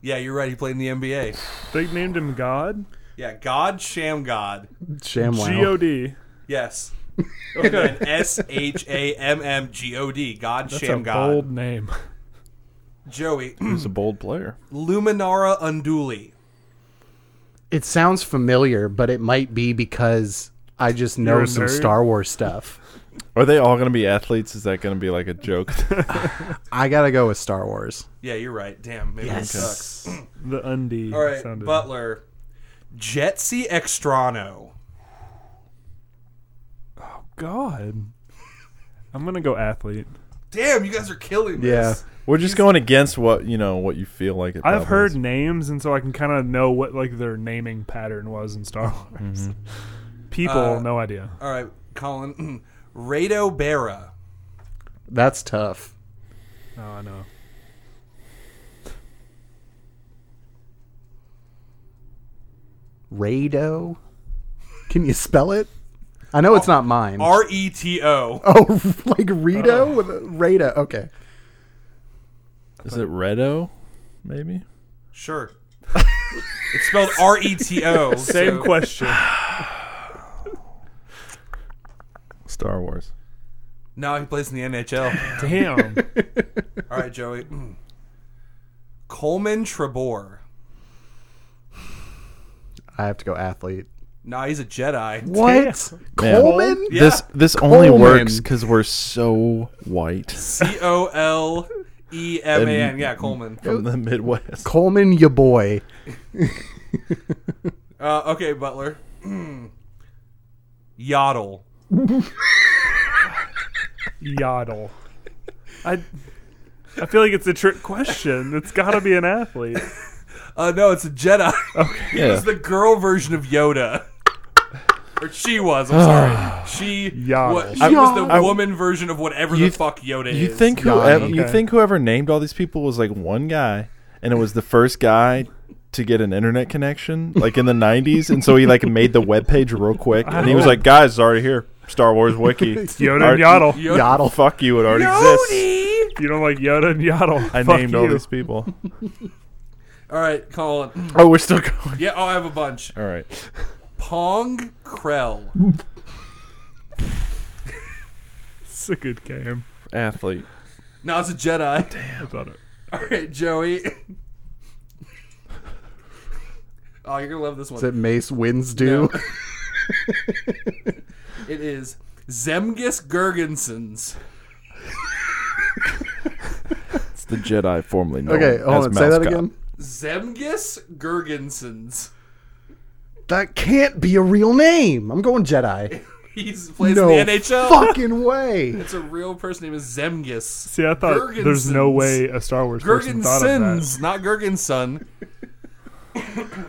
S1: Yeah, you're right. He played in the NBA.
S4: They named him God.
S1: Yeah, God Shamgod.
S2: Shamwow.
S4: G O D.
S1: Yes.
S4: Okay.
S1: S H A M M G O D. God
S4: That's a
S1: Shamgod.
S4: bold name.
S1: Joey.
S3: He's a bold player.
S1: Luminara Unduli.
S2: it sounds familiar, but it might be because I just know
S4: You're a
S2: some
S4: nerd?
S2: Star Wars stuff.
S3: Are they all going to be athletes? Is that going to be like a joke?
S2: I gotta go with Star Wars.
S1: Yeah, you're right. Damn, maybe it sucks.
S4: The Undie.
S1: All right,
S4: sounded-
S1: Butler. Jetsy Extrano.
S4: God. I'm gonna go athlete.
S1: Damn, you guys are killing
S2: Yeah.
S1: this.
S3: We're just going against what you know what you feel like. It
S4: I've
S3: probably
S4: heard
S3: is.
S4: names, and so I can kind of know what like their naming pattern was in Star Wars. People,
S1: Uh,
S4: no idea.
S1: All right, Colin. Rado Berra.
S2: That's tough.
S4: No, I know.
S2: Rado? Can you spell it? I know it's not mine.
S1: R E T O.
S2: oh, like Rito with a Rado. Okay.
S3: Is it Redo? Maybe.
S1: Sure. it's spelled R E T O.
S4: Same
S1: so-
S4: question.
S3: Star Wars.
S1: No, he plays in the NHL.
S4: Damn.
S1: All right, Joey. Coleman Trebor.
S2: I have to go athlete.
S1: Nah, he's a Jedi.
S2: What?
S3: Man.
S2: Coleman?
S1: Yeah.
S3: This this only
S2: Coleman.
S3: works because we're so white
S1: C O L E M A N. Yeah, Coleman.
S3: from the Midwest.
S2: Coleman, your boy.
S1: Uh, okay, Butler. Yodel.
S4: Yodel. I I feel like it's a trick question. It's got to be an athlete.
S1: Uh, no, it's a Jedi.
S3: Yeah.
S1: It's the girl version of Yoda. Or she was. I'm sorry. She
S4: Yodel.
S1: wa- she was the
S3: I-
S1: woman version of whatever
S3: You-
S1: the fuck Yoda
S3: You
S1: is.
S3: think
S2: Yanni.
S3: whoever you
S4: Okay.
S3: think whoever named all these people was like one guy, and it was the first guy to get an internet connection, like in the '90s, and so he like made the web page real quick, and he was like, "Guys, it's already here. Star Wars Wiki.
S4: Yoda and Yodel.
S1: Yoda-
S2: Yodel.
S3: Fuck you, it already exists."
S1: Yodi!
S4: You don't like Yoda and Yodel.
S3: I
S4: Fuck
S3: named
S4: you.
S3: all these people.
S1: All right, Colin.
S3: Oh, we're still going.
S1: Yeah, oh, I have a bunch.
S3: All right.
S1: Pong Krell.
S4: It's a good game.
S3: Athlete.
S1: Now it's a Jedi.
S4: I thought it.
S1: All right, Joey. oh, you're gonna love this one.
S2: Is it Mace Windu?
S1: No. it is Zemgus Gergensons.
S3: It's the Jedi formerly known
S2: okay, hold
S3: as
S2: on. Say that
S3: mascot.
S2: again.
S1: Zemgus Gergensons.
S2: That can't be a real name. I'm going Jedi.
S1: He's plays
S2: no
S1: in the NHL.
S2: fucking way.
S1: It's a real person named Zemgus.
S4: See, I thought there's no way a Star Wars person thought of that.
S1: Gergensons, not Gergenson.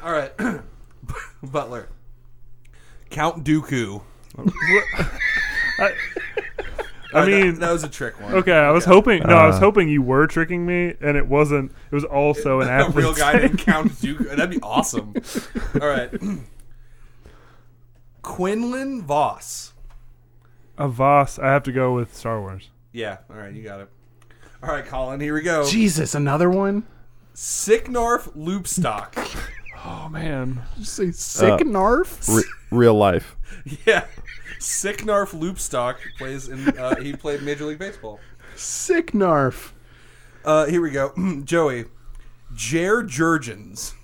S1: All right, Butler. Count Dooku.
S4: I
S1: Uh, that-
S4: mean,
S1: that, was a trick one.
S4: okay, I was hoping. No, I
S1: Uh.
S4: was hoping you were tricking me, and it wasn't. It was also an
S1: a
S4: athlete.
S1: real guy named Count Dooku. That'd be awesome. All right. Quinlan Voss.
S4: A Voss. I have to go with Star Wars.
S1: Yeah. All right. You got it. All right, Colin. Here we go.
S2: Jesus, another one.
S1: Sicknorf Loopstock.
S4: Oh man,
S2: Did you say sick
S3: Uh,
S2: narf?
S3: Re- real life.
S1: yeah. Sicknorf Loopstock plays in. Uh, he played Major League Baseball.
S2: sick narf.
S1: Uh, here we go. Joey. Jer Jurgens.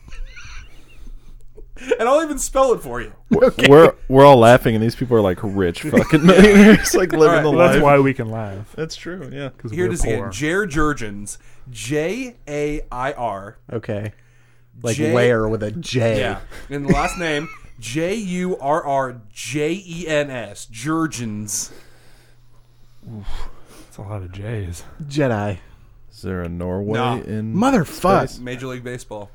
S1: and I'll even spell it for you.
S3: We're we're all laughing, and these people are like rich fucking millionaires, like living
S1: Alright, well,
S3: the
S4: well,
S3: life.
S4: that's why we can laugh.
S3: That's true. Yeah.
S4: 'cause
S1: Here it
S4: we're
S1: is again.
S4: poor.
S1: Jer Jurgens. J A I R.
S2: Okay. Like
S1: J-
S2: where with a J.
S1: Yeah. And the last name, J U R R J E N S. Jurgens.
S4: It's a lot of J's.
S2: Jedi.
S3: Is there a Norway
S1: Nah.
S3: in
S2: Motherfuck.
S1: Major League Baseball.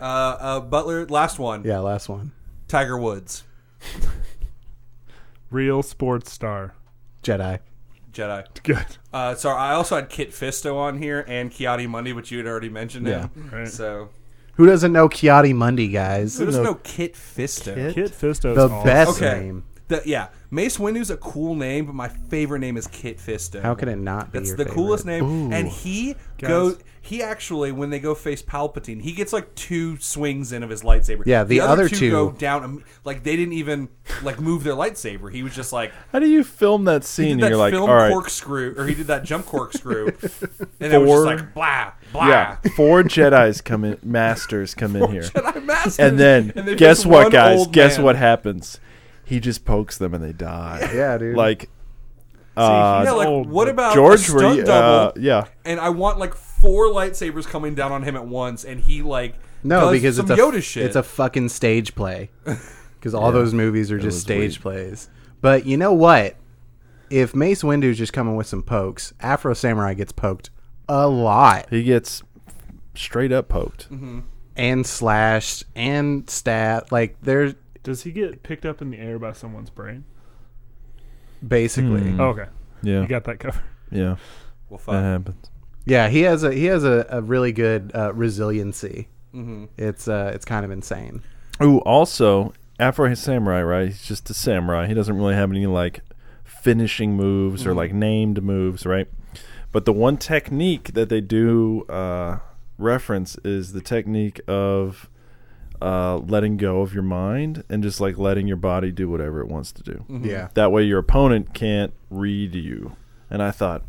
S1: Uh, uh, Butler, last one.
S2: Yeah, last one.
S1: Tiger Woods.
S4: Real sports star.
S2: Jedi.
S1: Jedi.
S4: Good.
S1: Uh, sorry, I also had Kit Fisto on here and Kiati Mundi, which you had already mentioned him.
S4: Right.
S1: So
S2: Who doesn't know Kiati Mundi, guys?
S1: who doesn't know Kit Fisto?
S4: Kit Fisto's
S2: The
S4: awesome.
S2: best
S1: Okay.
S2: name.
S1: The- yeah, Mace Windu's a cool name, but my favorite name is Kit Fisto.
S2: How can it not be
S1: That's
S2: your
S1: the
S2: favorite?
S1: coolest name. And he
S4: Guys.
S1: goes. He actually, when they go face Palpatine, he gets like two swings in of his lightsaber.
S2: Yeah, the other two-
S1: go down. im- Like they didn't even like move their lightsaber. He was just like
S3: How do you film that
S1: he
S3: scene?
S1: did
S3: and
S1: that
S3: you're like, all
S1: film
S3: right,
S1: corkscrew, or he did that jump corkscrew, and it was just
S3: Four-
S1: like blah blah.
S3: yeah, four Jedi's come in, masters come in here,
S1: Jedi Masters.
S3: and then
S1: they
S3: guess
S1: face
S3: what,
S1: one
S3: guys?
S1: old
S3: Guess
S1: man.
S3: what happens? He just pokes them and they die.
S2: Yeah, dude.
S3: Like
S4: See,
S3: uh,
S4: he's
S1: Yeah, like
S4: old,
S1: what
S4: but-
S1: about George?
S3: George,
S1: A
S3: were
S1: stunt
S3: you, uh,
S1: double,
S3: yeah,
S1: and I want like four lightsabers coming down on him at once, and he like
S2: No,
S1: does
S2: because
S1: some
S2: it's a
S1: Yoda shit.
S2: it's a
S3: Uh,
S2: fucking stage play. Because all those movies are just stage plays. But you know what? If Mace Windu's just coming with some pokes, Afro Samurai gets poked a lot
S3: he gets straight up poked.
S1: Mm-hmm.
S2: and slashed and stat. Like they're
S4: Does he get picked up in the air by someone's brain?
S2: basically
S1: Hmm.
S4: Oh, okay,
S3: Yeah,
S4: you got that covered.
S3: yeah,
S1: well, fuck.
S3: that happens.
S2: yeah. He has a he has a, a really good uh, resiliency.
S1: Mm-hmm.
S2: It's uh it's kind of insane.
S3: Ooh, also Afro Samurai, right? He's just a samurai. He doesn't really have any like finishing moves or like named moves, right? But the one technique that they do uh, reference is the technique of uh, letting go of your mind and just like letting your body do whatever it wants to do.
S2: Yeah.
S3: That way, your opponent can't read you. And I thought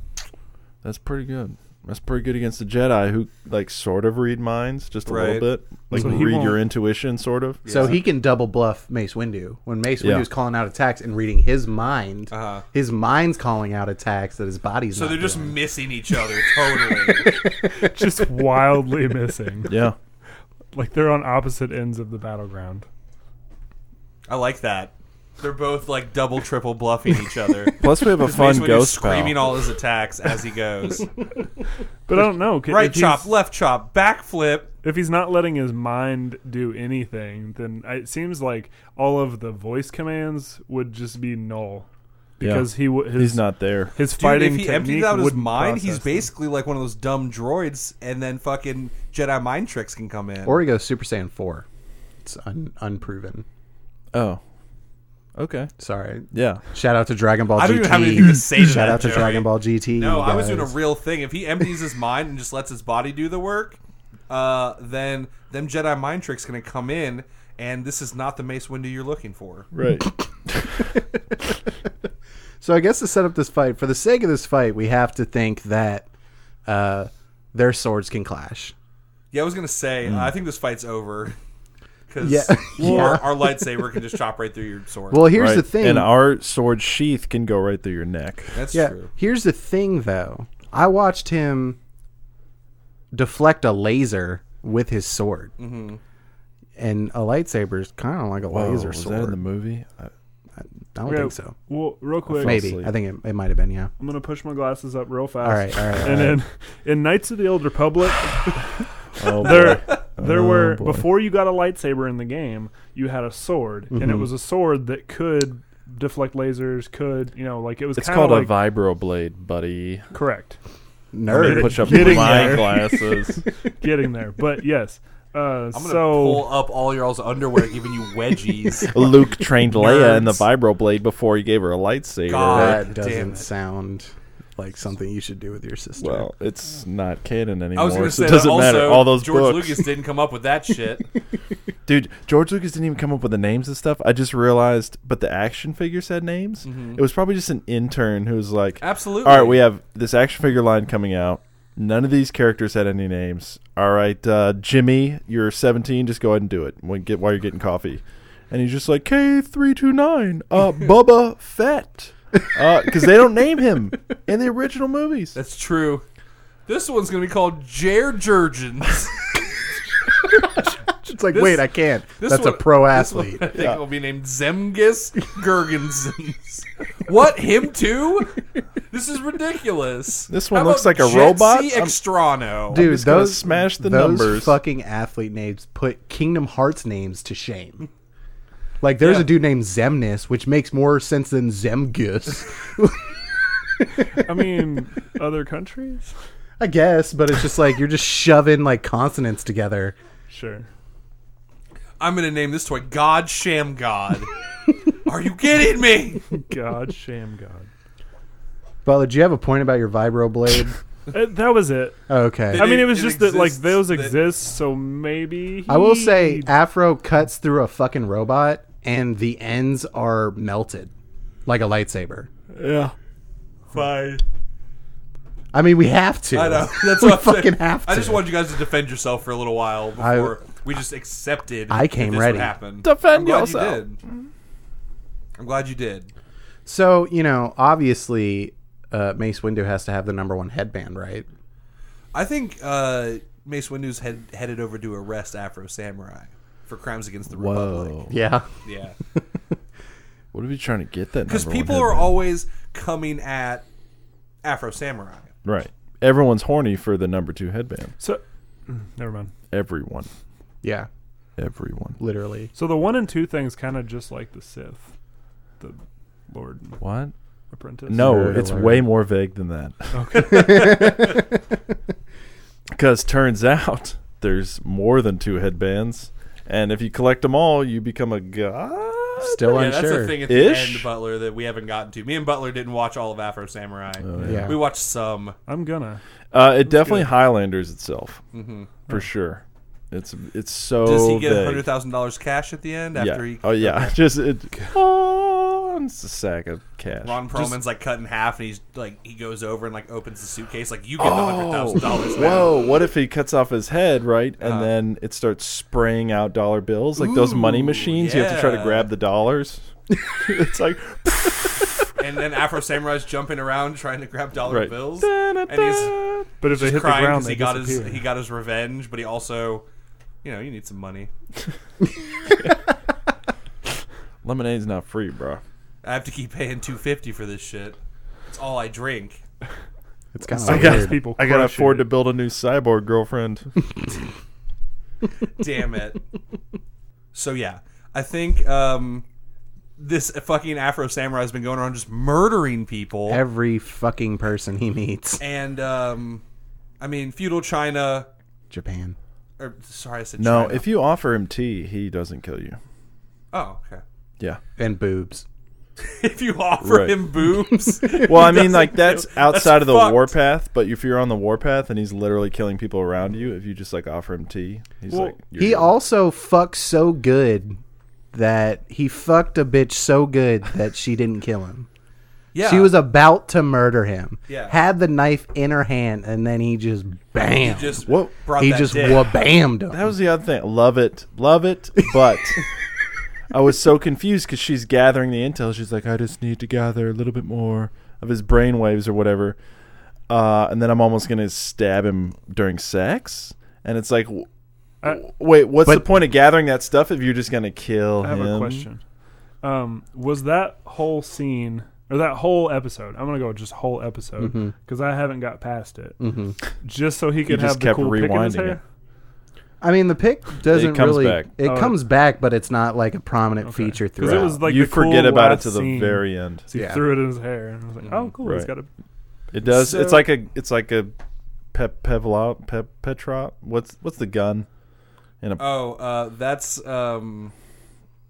S3: that's pretty good. That's pretty good against the Jedi who like sort of read minds just a
S1: Right.
S3: little bit, like
S4: So he
S3: read your
S4: won't-
S3: intuition, sort of.
S2: So he can double bluff Mace Windu when Mace
S3: Yeah.
S2: Windu's calling out attacks and reading his mind.
S1: Uh-huh.
S2: His mind's calling out attacks that his body's.
S1: So
S2: not
S1: they're just
S2: doing.
S1: missing each other totally.
S4: Just wildly missing.
S3: Yeah.
S4: Like they're on opposite ends of the battleground.
S1: I like that. They're both like double, triple bluffing each other.
S3: Plus, we have a fun
S1: Basically, just
S3: ghost
S1: screaming
S3: pal.
S1: all his attacks as he goes.
S4: But I don't know. c-
S1: right
S4: if he's-
S1: chop, left chop, back flip.
S4: if he's not letting his mind do anything, then I- it seems like all of the voice commands would just be null because he w- his,
S3: he's not there.
S4: his
S1: Dude,
S4: fighting
S1: if he
S4: technique
S1: empties out his
S4: wouldn't
S1: mind, he's
S4: process them.
S1: basically like one of those dumb droids, and then fucking Jedi mind tricks can come in.
S2: Or he goes Super Saiyan 4. It's un- unproven.
S3: Oh, okay.
S2: Sorry.
S3: Yeah,
S2: Shout out to Dragon Ball
S1: I
S2: GT.
S1: don't even have anything to say to
S2: Shout
S1: that,
S2: out to
S1: Joey.
S2: Dragon Ball GT.
S1: no,
S2: you
S1: I was doing a
S2: guys.
S1: real thing. If he empties his mind and just lets his body do the work, uh, then them Jedi mind tricks gonna come in, and this is not the Mace Windu you're looking for.
S3: right.
S2: So I guess to set up this fight, for the sake of this fight, we have to think that uh, their swords can clash.
S1: Yeah, I was gonna say. uh, I think this fight's over because
S2: Hmm. Yeah.
S1: our, our lightsaber can just chop right through your sword.
S2: Well, here's
S3: right.
S2: the thing.
S3: and our sword sheath can go right through your neck.
S1: That's
S2: yeah,
S1: true.
S2: here's the thing though. I watched him deflect a laser with his sword, mm-hmm. and a lightsaber is kind of like a
S3: Oh,
S2: laser
S3: was
S2: sword.
S3: that in the movie? I,
S2: I don't
S4: Okay,
S2: think so.
S4: Well, real quick,
S2: Maybe
S3: asleep.
S2: I think it, it might have been. Yeah.
S4: I'm gonna push my glasses up real fast.
S2: All right. All right. all
S4: And
S2: right.
S4: then in Knights of the Old Republic,
S3: oh, boy.
S4: there there
S3: Oh,
S4: were
S3: boy.
S4: before you got a lightsaber in the game, you had a sword, and it
S3: Mm-hmm.
S4: was a sword that could deflect lasers, could you know, like it was
S3: It's
S4: kind of
S3: called
S4: like
S3: a vibroblade, buddy.
S4: correct.
S2: nerd.
S3: Push up
S4: Getting
S3: my
S4: there.
S3: glasses.
S4: Getting there, but yes. Uh,
S1: I'm gonna
S4: so
S1: pull up all y'all's underwear, giving you wedgies.
S3: Luke trained Leia in the
S1: Nerds.
S3: vibroblade before he gave her a lightsaber.
S1: God.
S2: That
S1: Damn
S2: doesn't
S1: it.
S2: sound like something you should do with your sister.
S3: Well, it's not canon anymore.
S1: I was gonna
S3: so
S1: say
S3: it doesn't
S1: that also,
S3: matter. All those
S1: George
S3: books,
S1: Lucas didn't come up with that shit.
S3: dude. George Lucas didn't even come up with the names and stuff. I just realized, but the action figures had names. It was probably just an intern who was like,
S1: Mm-hmm. Absolutely.
S3: "All right, we have this action figure line coming out. None of these characters had any names. All right, uh, Jimmy, you're 17. Just go ahead and do it. When get while you're getting coffee." And he's just like K three two nine, uh, Bubba Fett, because they don't name him in the original movies.
S1: That's true. This one's gonna be called Jer Jurgens.
S2: it's like,
S1: This-
S2: wait, I can't.
S1: This
S2: That's
S1: one-
S2: a pro
S1: this one
S2: athlete.
S1: I think will be named Zemgus Gergensens. what him too? This is ridiculous.
S3: This one
S1: How
S3: looks
S1: about
S3: like a
S1: Jet
S3: robot?
S1: C
S3: I'm-
S1: Extrano.
S2: Dude,
S3: just gonna
S2: those
S3: smash the
S2: those
S3: numbers.
S2: Fucking athlete names put Kingdom Hearts names to shame. Like there's
S1: Yeah.
S2: a dude named Zemnis, which makes more sense than Zemgus,
S4: I mean, other countries,
S2: I guess. But it's just like you're just shoving like consonants together.
S4: sure.
S1: I'm gonna name this toy God Sham God. Are you kidding me?
S4: God, sham God.
S2: Butler, do you have a point about your vibroblade?
S4: Uh, that was it.
S2: Oh, okay.
S1: They
S4: I mean,
S1: it-
S4: it was
S1: it
S4: just that like
S1: exists,
S4: those
S1: that-
S4: exist, so maybe.
S2: I will say
S4: he-
S2: Afro cuts through a fucking robot, and the ends are melted, like a lightsaber.
S4: yeah.
S1: Bye.
S2: I mean, we have to.
S1: I know. That's
S2: we
S1: what I'm saying.
S2: fucking have to.
S1: I just wanted you guys to defend yourself for a little while
S2: I-
S1: before we just accepted.
S2: I
S1: that
S2: came
S1: this
S2: ready.
S1: Would happen.
S3: Defend
S1: I'm glad
S3: yourself.
S1: You did. I'm glad you did.
S2: So you know, obviously, uh, Mace Windu has to have the number one headband, right?
S1: I think uh, Mace Windu's head, headed over to arrest Afro Samurai for crimes against the Republic.
S3: Whoa!
S2: Yeah.
S1: Yeah,
S3: What are we trying to get that?
S1: because
S3: number one
S1: people are
S3: headband?
S1: always coming at Afro Samurai.
S3: right. Everyone's horny for the number two headband.
S4: So, mm, never mind.
S3: Everyone,
S2: Yeah.
S3: everyone.
S2: Literally.
S4: So the one and two things kind of just like the Sith, the Lord and
S3: What?
S4: Apprentice.
S3: No,
S2: Nerd
S3: it's
S2: alert.
S3: way more vague than that. Okay. Because turns out there's more than two headbands, and if you collect them all, you become a god.
S2: Still
S1: yeah,
S2: unsure.
S1: that's the thing at the
S3: Ish?
S1: end, Butler, that we haven't gotten to. Me and Butler didn't watch all of Afro Samurai.
S2: Oh, yeah.
S1: We watched some.
S4: I'm gonna.
S3: Uh, it definitely Highlanders itself, for sure. It's it's so.
S1: Mm-hmm. Does he get
S3: vague.
S1: hundred thousand dollars cash at the end after
S3: yeah.
S1: he?
S3: Oh yeah, just it. Oh, it's a sack of cash.
S1: Ron Perlman's like cut in half, and he's like he goes over and like opens the suitcase, like you get the hundred
S4: Oh,
S1: thousand dollars.
S3: Oh, Whoa, what if he cuts off his head, right? And
S1: Uh-huh.
S3: then it starts spraying out dollar bills like those money
S1: Ooh,
S3: machines. You have to try to
S1: yeah.
S3: grab the dollars. it's like
S1: and then Afro Samurai's jumping around trying to grab dollar
S3: right.
S1: bills,
S3: And
S1: and he's
S4: But if
S1: just
S4: they hit the
S1: crying because
S4: ground, they
S1: he got his
S4: disappear.
S1: he got his revenge, but he also, you know, you need some money.
S3: Lemonade's not free, bro.
S1: I have to keep paying two fifty for this shit. It's all I drink.
S2: It's kind
S4: I
S2: of
S4: guess
S2: weird.
S4: people.
S3: I gotta
S4: crush
S3: afford
S4: it.
S3: to build a new cyborg girlfriend.
S1: Damn it. So yeah, I think um, this fucking Afro samurai has been going around just murdering people.
S2: Every fucking person he meets,
S1: and um, I mean, feudal China.
S2: Japan.
S1: Or sorry, I said
S3: no,
S1: China.
S3: if you offer him tea, he doesn't kill you.
S1: oh okay.
S3: Yeah.
S2: And boobs.
S1: If you offer
S3: Right.
S1: him boobs,
S3: Well, I mean, like that's outside of the
S1: fucked.
S3: warpath. But if you're on the warpath and he's literally killing people around you, if you just like offer him tea, he's
S4: Well,
S3: like you're
S2: He
S3: good.
S2: also fucks so good that he fucked a bitch so good that she didn't kill him.
S1: yeah,
S2: She was about to murder him.
S1: Yeah.
S2: Had the knife in her hand, and then he just bam. He just,
S1: just
S3: Whoa.
S1: brought that dick.
S2: wabammed him.
S3: That was the other thing. Love it, love it, but I was so confused because she's gathering the intel. She's like, I just need to gather a little bit more of his brain waves or whatever, uh, and then I'm almost gonna stab him during sex. And it's like, w-
S4: I-
S3: wait, what's
S2: but-
S3: the point of gathering that stuff if you're just gonna kill
S4: I have
S3: him?
S4: a question. Um, was that whole scene or that whole episode? I'm gonna go just whole episode
S3: Mm-hmm.
S4: because I haven't got past it.
S2: Mm-hmm.
S4: Just so he could
S3: Mm. just
S4: have the
S3: kept
S4: cool pick in his
S3: rewinding
S4: hair.
S3: it.
S2: I mean, the pick doesn't
S3: comes
S2: really.
S3: back.
S2: It
S4: Oh, it-
S2: comes back, but it's not like a prominent feature
S4: 'Cause
S2: throughout.
S4: it was like
S3: you
S4: the
S3: forget
S4: cool
S3: about it
S4: last
S3: to the
S4: scene.
S3: very end.
S4: So he
S2: Yeah.
S4: threw it in his hair, and I was like, "Oh, cool! He's
S3: Mm, Right.
S4: got a
S3: It does. it's
S4: So-
S3: like a. It's like a. Pep Pevlov. Pep Petrov. What's what's the gun? In a
S1: Oh, uh, that's um,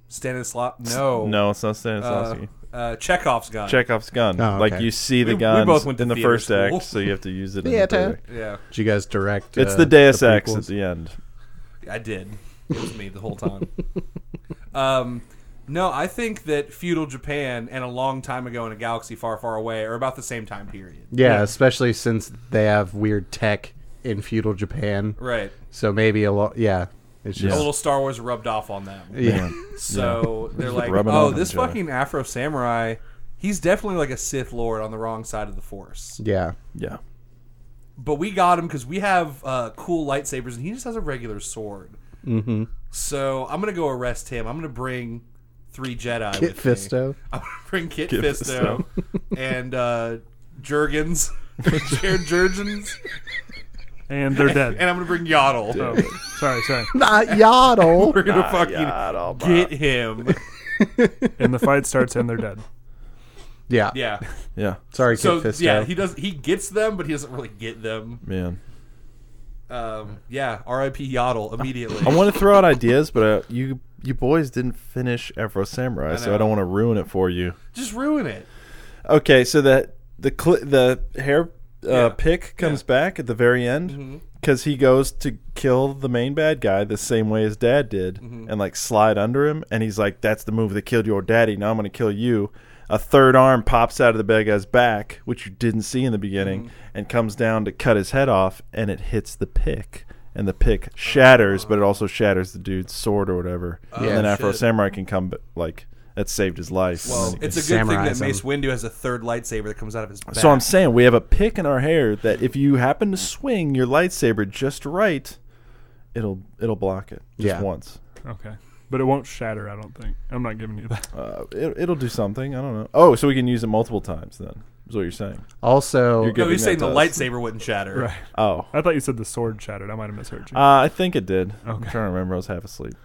S1: Stanislav. No,
S3: no, it's not
S1: uh,
S3: Stanislavski.
S1: uh, Chekhov's gun.
S3: Chekhov's gun.
S2: Oh,
S3: Like
S2: okay.
S3: you see the
S1: We- we
S3: gun
S1: both went to
S3: in the
S1: theater
S3: first
S1: school.
S3: act, so you have to use it. in the
S2: Theater.
S3: third act.
S1: Yeah,
S2: Did you guys direct?
S3: It's
S2: uh,
S3: the Deus Ex at
S2: prequels?
S3: the end.
S1: I did. It was me the whole time. um, no, I think that feudal Japan and a long time ago in a galaxy far, far away are about the same time period.
S2: Yeah, especially since they have weird tech in feudal Japan.
S1: Right.
S2: So maybe a lot. Yeah, it's
S3: Yeah.
S1: A
S2: just
S1: little Star Wars rubbed off on them.
S2: yeah.
S3: Man.
S1: So they're like,
S3: rubbing
S1: oh,
S3: on
S1: this
S3: each other."
S1: fucking Afro samurai, he's definitely like a Sith Lord on the wrong side of the Force.
S2: yeah.
S3: Yeah.
S1: But we got him because we have uh, cool lightsabers and he just has a regular sword. Mm-hmm. So I'm going to go arrest him. I'm going to bring three Jedi.
S2: Kit
S1: with me.
S2: Fisto.
S1: I'm gonna bring Kit,
S3: Kit
S1: Fisto, and uh, Jurgens, Jared Jurgens,
S4: and they're dead."
S1: and I'm gonna bring Yaddle.
S4: oh, sorry, sorry.
S2: Not Yaddle.
S1: We're gonna fucking get him.
S4: And the fight starts, and they're dead.
S2: Yeah.
S1: Yeah.
S3: Yeah.
S2: Sorry, Kid
S1: So
S2: Fisto.
S1: yeah, he does. He gets them, but he doesn't really get them.
S3: Man.
S1: Um, yeah. R.I.P. Yaddle immediately.
S3: I want to throw out ideas, but uh, you you boys didn't finish Afro Samurai, so
S1: know.
S3: I don't want to ruin it for you.
S1: Just ruin it.
S3: Okay, so that the cli the hair uh,
S1: Yeah. Mm-hmm.
S3: pick comes back at the very end because he goes to kill the main bad guy the same way his dad did,
S1: Mm-hmm.
S3: and like slide under him, and he's like, "That's the move that killed your daddy. Now I'm going to kill you." A third arm pops out of the bad guy's back, which you didn't see in the beginning,
S1: Mm-hmm.
S3: and comes down to cut his head off, and it hits the pick, and the pick shatters, but it also shatters the dude's sword or whatever,
S1: Oh.
S2: Yeah.
S3: and then Afro
S1: shit.
S3: Samurai can come b- like. That saved his life. and
S1: Well,
S3: then he
S1: it's a
S2: just
S1: good thing that
S2: samurai's
S1: Mace
S2: him.
S1: Windu has a third lightsaber that comes out of his. Back.
S3: So I'm saying we have a pick in our hair that if you happen to swing your lightsaber just right, it'll it'll block it just
S2: Yeah.
S3: once.
S4: Okay, but it won't shatter. I don't think. I'm not giving you that.
S3: Uh, it, it'll do something. I don't know. Oh, so we can use it multiple times then. Is what you're saying?
S2: also,
S3: You're good.
S1: No, he's saying
S3: giving
S1: the
S3: that to us.
S1: lightsaber wouldn't shatter.
S4: Right.
S3: Oh,
S4: I thought you said the sword shattered. I might have misheard you.
S3: uh, I think it did. I'm
S4: Okay.
S3: trying to remember. I was half asleep.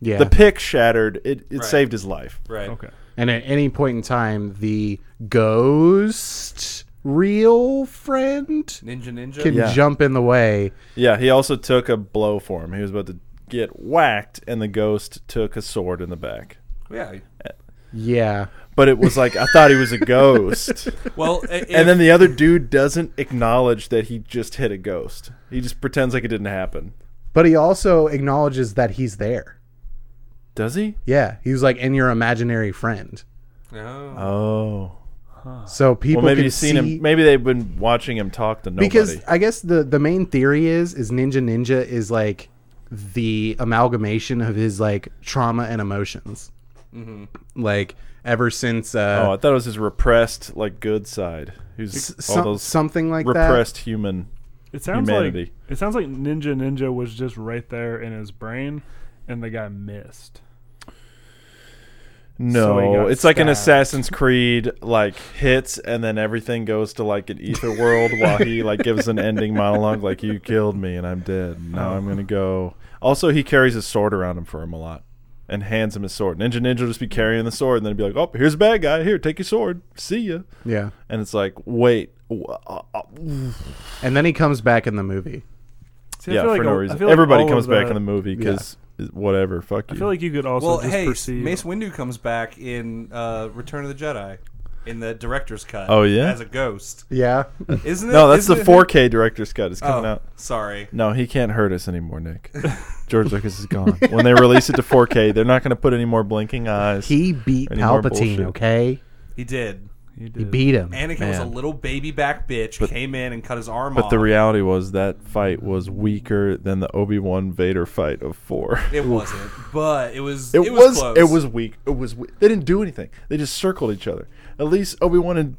S2: yeah.
S3: The pick shattered. It it
S1: Right.
S3: saved his life.
S1: Right.
S4: okay.
S2: And at any point in time, the ghost real friend
S1: Ninja Ninja.
S2: can
S3: Yeah.
S2: jump in the way.
S3: Yeah. He also took a blow for him. He was about to get whacked, and the ghost took a sword in the back.
S1: yeah.
S2: Yeah.
S3: But it was like I thought he was a ghost.
S1: Well, i- if-
S3: and then the other dude doesn't acknowledge that he just hit a ghost. He just pretends like it didn't happen.
S2: But he also acknowledges that he's there.
S3: Does he?
S2: Yeah. He was like, and your imaginary friend.
S1: No.
S3: Oh.
S2: So people
S3: Well, maybe
S2: can
S3: you've seen
S2: see-
S3: him. Maybe they've been watching him talk to nobody.
S2: because I guess the the main theory is is Ninja Ninja is like the amalgamation of his like trauma and emotions. Like ever since
S3: Mm-hmm. oh,
S2: uh,
S3: I thought it was his repressed, like good side. Who's all
S2: some-
S3: those
S2: something like that.
S3: repressed human?
S4: It sounds
S3: Humanity.
S4: like it sounds like Ninja Ninja was just right there in his brain, and the guy missed. So he
S3: No,
S4: got
S3: it's like an
S4: stabbed.
S3: Assassin's Creed like hits and then everything goes to like an ether world while he like gives an ending monologue like you killed me and I'm dead. and Now I'm gonna go. Also, he carries his sword around him for him a lot and hands him his sword. Ninja Ninja will just be carrying the sword and then be like, "Oh, here's a bad guy. Here, take your sword. See ya."
S2: Yeah.
S3: And it's like, wait, wh- uh, uh,
S2: And then he comes back in the movie.
S4: See, I
S3: yeah,
S4: feel
S3: for
S4: like
S3: no
S4: all- I
S3: reason.
S4: feel like
S3: Everybody
S4: all
S3: comes
S4: of
S3: back
S4: that-
S3: in the movie because whatever. Fuck you.
S4: I feel like you could also
S1: well,
S4: just
S1: hey,
S4: perceive.
S1: Mace Windu comes back in uh, Return of the Jedi in the director's cut.
S3: Oh, yeah?
S1: as a ghost,
S2: Yeah.
S1: isn't it?
S3: no, that's the
S1: isn't it-
S3: 4K director's cut. It's coming
S1: Oh,
S3: out.
S1: sorry.
S3: No, he can't hurt us anymore, Nick. George Lucas is gone. When they release it to 4K, they're not going to put any more blinking eyes.
S2: He beat
S3: Any more bullshit?
S2: Palpatine, okay?
S1: He did.
S4: You
S2: He
S4: did.
S2: beat him.
S1: Anakin was a
S3: Man.
S1: little baby back bitch, came in and cut his arm
S3: but
S1: off.
S3: the reality was that fight was weaker than the Obi Wan Vader fight of four.
S1: it wasn't, but it was.
S3: It,
S1: It,
S3: was.
S1: Close.
S3: It was weak. It was. Weak. They didn't do anything. They just circled each other. At least Obi Wan and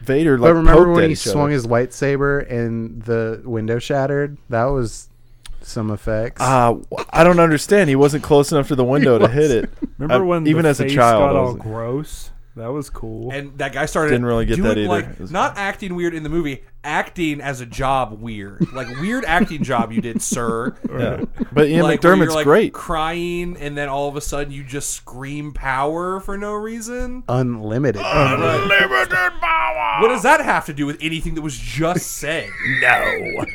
S3: Vader like.
S2: But remember
S3: poked at
S2: when he
S3: each
S2: swung
S3: other.
S2: his lightsaber and the window shattered? That was some effects.
S3: Uh, I don't understand. He wasn't close enough to the window to hit it.
S4: Remember
S3: I-
S4: when
S3: even
S4: the
S3: as a
S4: face
S3: child,
S4: got
S3: I
S4: all
S3: was-
S4: gross? That was cool.
S1: And that guy started
S3: Didn't really get
S1: doing,
S3: that either. It
S1: Like
S3: was-
S1: not acting weird in the movie, acting as a job weird, like weird acting job you did, sir.
S3: Yeah. But Ian
S1: like, where you're,
S3: McDermott's
S1: like,
S3: great.
S1: Crying, and then all of a sudden you just scream power for no reason.
S2: Unlimited.
S3: Unlimited power.
S1: What does that have to do with anything that was just said?
S3: No.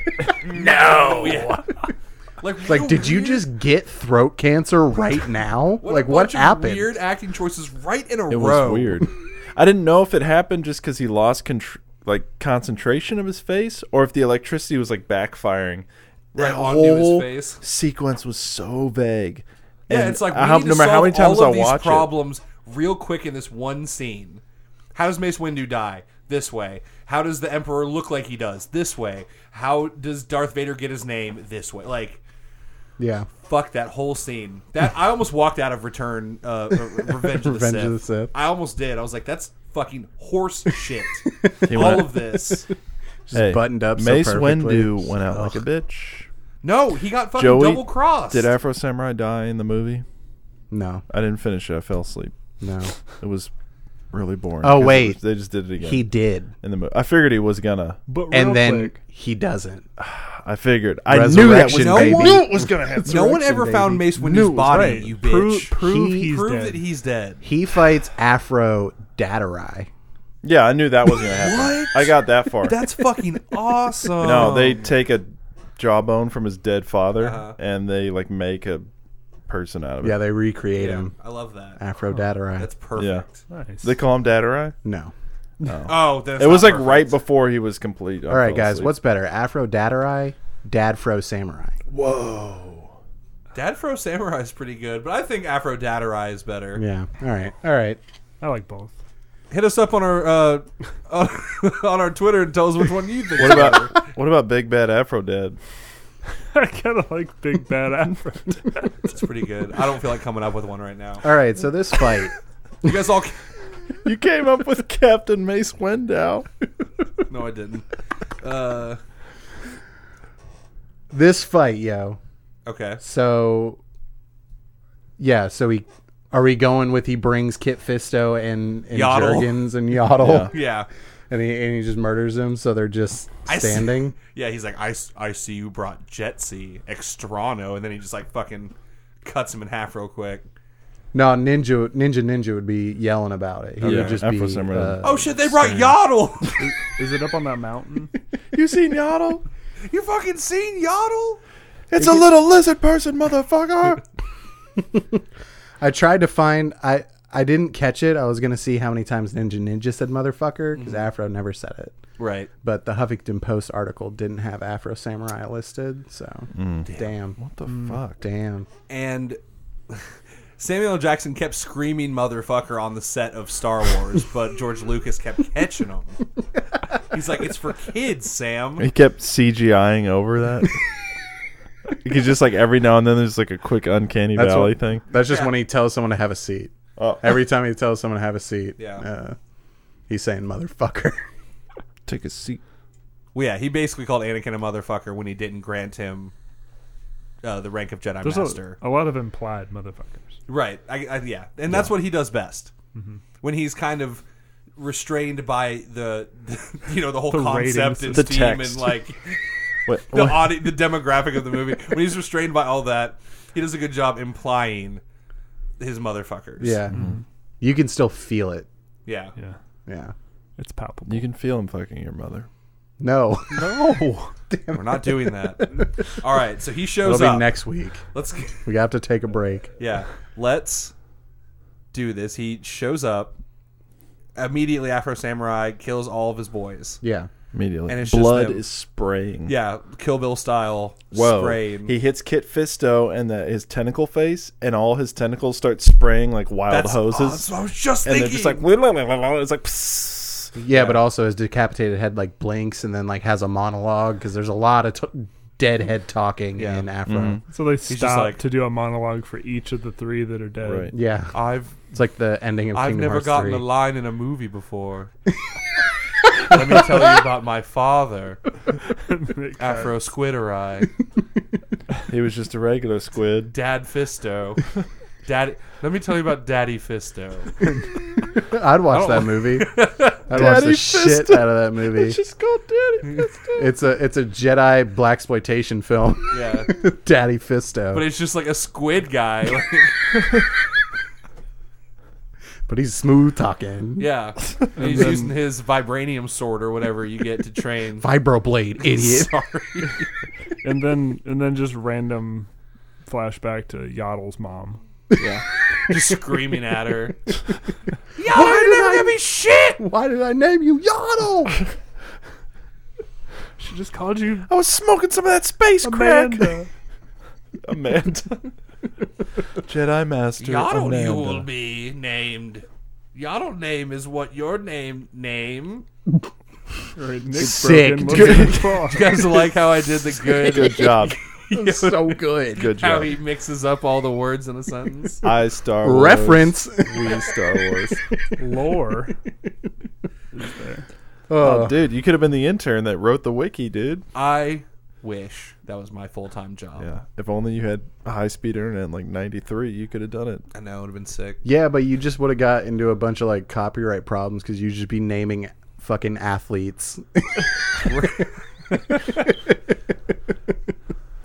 S3: no.
S1: Yeah. Like, what a
S2: like, did you
S1: weird-
S2: just get throat cancer right now?
S1: a
S2: like, what
S1: bunch of
S2: happened?
S1: Weird acting choices right in a
S3: It
S1: row.
S3: was weird. I didn't know if it happened just because he lost contr- like concentration of his face, or if the electricity was like backfiring.
S1: Right
S3: That
S1: onto his
S3: whole
S1: face.
S3: sequence was so vague.
S1: Yeah,
S3: And
S1: it's like we
S3: I hope-
S1: need
S3: no
S1: to
S3: matter
S1: solve
S3: how many times
S1: all
S3: I
S1: of these
S3: watch it.
S1: problems real quick in this one scene. How does Mace Windu die? This way. How does the Emperor look like he does? This way. How does Darth Vader get his name? This way. Like,
S2: Yeah.
S1: fuck that whole scene. That I almost walked out of Return, uh, Re- Revenge, of, the
S2: Revenge
S1: Sith.
S2: of the Sith.
S1: I almost did. I was like, that's fucking horse shit.
S3: went-
S1: all of this.
S3: Hey,
S2: buttoned up so
S3: Mace
S2: perfectly.
S3: Windu went out like a bitch.
S1: No, he got fucking
S3: Joey,
S1: double crossed.
S3: Did Afro Samurai die in the movie?
S2: No.
S3: I didn't finish it. I fell asleep.
S2: No.
S3: It was really boring.
S2: Oh,
S3: 'Cause it
S2: wait.
S3: was- they just did it again.
S2: He did.
S3: in the movie. I figured he was gonna.
S4: but real
S2: And then
S4: quick,
S2: he doesn't.
S3: I figured. I knew that was
S2: Resurrection,
S1: No
S2: baby.
S1: one-
S3: knew it was gonna happen.
S1: no one ever found Mace Windu's
S4: Knew it was
S1: body,
S4: right.
S1: you bitch.
S4: Prove- prove
S2: He-
S4: he's
S1: Prove
S4: dead.
S1: that he's dead.
S2: He fights Afro Datarai.
S3: Yeah, I knew that was gonna happen.
S1: What?
S3: I got that far.
S1: That's fucking awesome.
S3: no, they take a jawbone from his dead father and they like make a person out of it.
S2: Yeah, they recreate him. Oh,
S1: I love that.
S2: Afro Datarai.
S1: That's
S3: Yeah.
S1: perfect.
S4: nice.
S3: They call him Datarai.
S2: no.
S1: Oh, then it's
S3: It was
S1: not
S3: like
S1: perfect.
S3: right before he was complete.
S2: All right, guys. What's better, Afro Datarai, Dadfro Samurai?
S1: Dadfro Samurai is pretty good, but I think Afro Datarai is better.
S2: Yeah. All right. All right.
S4: I like both.
S1: Hit us up on our uh, on, on our Twitter and tell us which one you think.
S3: what about what about Big Bad Afro Dad?
S4: I kind of like Big Bad Afro.
S1: It's pretty good. I don't feel like coming up with one right now.
S2: All right. So this fight.
S1: You guys all?
S3: You came up with Captain Mace Window.
S1: No, I didn't. Uh,
S2: this fight, yo.
S1: okay.
S2: So. Yeah. So he. Are we going with he brings Kit Fisto and, and
S1: Yaddle.
S2: Jurgens and Yaddle
S3: Yeah.
S1: Yeah.
S2: and he and he just murders them so they're just
S1: I see-
S2: standing.
S1: Yeah, he's like, I, s- I see you brought Jetsy, Extrano, and then he just like fucking cuts him in half real quick.
S2: No, ninja ninja ninja would be yelling about it. He
S3: Yeah,
S2: would just
S3: Afro
S2: be.
S3: Samurai.
S2: Uh,
S1: Oh shit, they brought Yaddle!
S4: Is it up on that mountain?
S3: You seen Yaddle?
S1: You fucking seen Yaddle?
S3: It's a little lizard person, motherfucker.
S2: I tried to find I I didn't catch it. I was gonna see how many times Ninja Ninja said motherfucker because Afro never said it.
S1: Right.
S2: But the Huffington Post article didn't have Afro Samurai listed, so damn,
S3: what the fuck?
S2: damn.
S1: And Samuel L. Jackson kept screaming motherfucker on the set of Star Wars, but George Lucas kept catching him. He's like, it's for kids, Sam.
S3: He kept CGIing over that. you could just like every now and then there's like a quick uncanny valley
S2: what-
S3: thing.
S2: That's just
S1: Yeah.
S2: when he tells someone to have a seat.
S3: Oh.
S2: Every time he tells someone to have a seat,
S1: Yeah.
S2: uh, he's saying motherfucker.
S3: Take a seat.
S1: Well, yeah, he basically called Anakin a motherfucker when he didn't grant him uh, uh, the rank of Jedi
S4: There's
S1: Master.
S4: a, a lot of implied motherfuckers.
S1: Right. I, I, yeah, and that's what he does best when he's kind of restrained by the, the- you know the whole
S4: The
S1: concept
S4: ratings.
S1: and
S3: The
S1: team
S3: text.
S1: and like
S3: What,
S1: the
S3: what-
S1: audi- the demographic of the movie. When he's restrained by all that, he does a good job implying his motherfuckers.
S2: Yeah. You can still feel it.
S1: yeah.
S4: Yeah,
S2: Yeah.
S4: it's palpable.
S3: you can feel him fucking your mother.
S2: No.
S4: No,
S1: We're not doing that. all right, so he shows
S2: It'll be
S1: up.
S2: next week.
S1: Let's
S2: We have to take a break.
S1: yeah, let's do this. He shows up immediately. Afro Samurai kills all of his boys.
S2: Yeah.
S3: Immediately,
S1: And it's just
S3: blood
S1: them.
S3: is spraying.
S1: Yeah, Kill Bill style
S3: Whoa.
S1: spraying.
S3: He hits Kit Fisto and the, his tentacle face, and all his tentacles start spraying like wild hoses.
S1: oh, that's what I was just
S3: and they're
S1: thinking.
S3: just like, "Wah, wah, wah, wah, wah," it's like, psss.
S2: Yeah, but also his decapitated head like blinks and then like has a monologue because there's a lot of t- dead head talking
S1: Yeah. Mm-hmm.
S2: in Afro.
S4: so they
S1: just
S4: stop
S1: like-
S4: to do a monologue for each of the three that are dead.
S3: Right.
S2: Yeah,
S1: I've
S2: it's like the ending of
S1: I've
S2: Kingdom
S1: never
S2: Hearts
S1: gotten
S2: 3.
S1: a line in a movie before. Let me tell you about my father, Afro Squidderai,
S3: He was just a regular squid.
S1: Dad Fisto, Daddy. Let me tell you about Daddy Fisto.
S2: I'd
S1: don't
S2: watch that
S1: wa-
S2: movie. I'd watch the
S3: Daddy
S2: shit
S3: Fisto.
S2: out of that movie.
S3: just called Daddy Fisto.
S2: It's a it's a Jedi black exploitation film.
S1: Yeah,
S2: Daddy Fisto,
S1: but
S2: but,
S1: it's just like a squid guy. Like,
S2: he's smooth talking.
S1: yeah, and he's using his vibranium sword or whatever you get to train.
S2: Vibroblade, idiot.
S1: Sorry.
S4: and then and then just random flashback to Yodel's mom.
S1: Yeah, just screaming at her. Y'all
S2: Why
S1: ain't
S2: did
S1: never
S2: I-
S1: give me shit.
S2: Why did I name you Yaddle?
S4: She just called you
S3: I was smoking some of that space crack.
S4: Amanda.
S3: Amanda. Jedi Master.
S1: Yaddle
S3: Amanda.
S1: you will be named. Yaddle name is what your name name.
S4: Or Nick
S2: Sick,
S4: Brogan
S2: dude.
S4: looking for-
S1: You guys like how I did the good,
S3: Good job.
S2: so good.
S3: Good
S1: how
S3: job.
S1: he mixes up all the words in a sentence?
S3: I Star Wars.
S2: Reference.
S3: We Star Wars.
S4: lore.
S3: Oh,
S2: Oh,
S3: dude, you could have been the intern that wrote the wiki, dude.
S1: I wish that was my full time job.
S3: Yeah. If only you had high speed internet in like 93, you could have done it.
S1: I know it would have been sick.
S2: yeah, but you just would have got into a bunch of like copyright problems because you'd just be naming fucking athletes.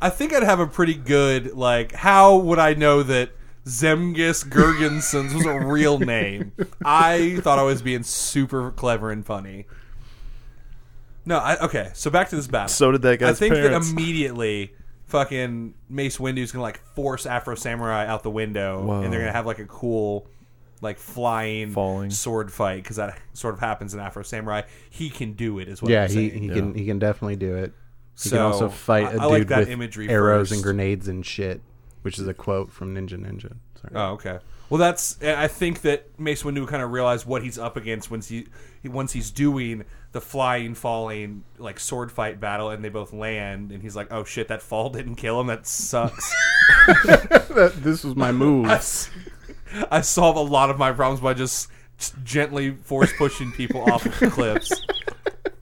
S1: I think I'd have a pretty good like. How would I know that Zemgus Gergensons was a real name? I thought I was being super clever and funny. No, I, okay. So back to this battle.
S3: So did that
S1: I
S3: guy's
S1: think
S3: parents.
S1: that immediately fucking Mace Windu's gonna like force Afro Samurai out the window,
S3: Whoa.
S1: and they're gonna have like a cool, like flying
S3: Falling.
S1: sword fight because that sort of happens in Afro Samurai. He can do it, is what
S2: yeah,
S1: I'm
S2: he,
S1: saying.
S2: he can he can definitely do it. He
S1: So,
S2: can also fight
S1: I-
S2: a
S1: I like
S2: dude
S1: that
S2: with
S1: imagery
S2: arrows
S1: first.
S2: and grenades and shit, which is a quote from Ninja Ninja. Sorry.
S1: Oh, okay. Well, that's. and I think that Mace Windu kind of realized what he's up against once he he- once he's doing the flying, falling, like sword fight battle, and they both land, and he's like, "Oh shit, that fall didn't kill him. That sucks."
S2: Uh, this was my move.
S1: I s- I solve a lot of my problems by just gently force pushing people off of cliffs.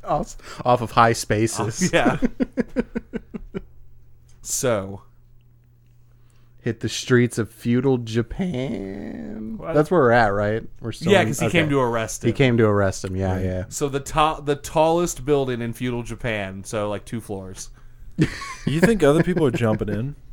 S2: off, off of high spaces.
S1: Yeah. So
S2: Hit the streets of feudal Japan.
S4: What?
S2: That's where we're at, right? We're still
S1: yeah,
S2: in-
S1: because he
S2: okay.
S1: came to arrest him.
S2: he came to arrest him. Yeah, yeah.
S1: So the ta- the tallest building in feudal Japan, so like two floors.
S3: You think other people are jumping in?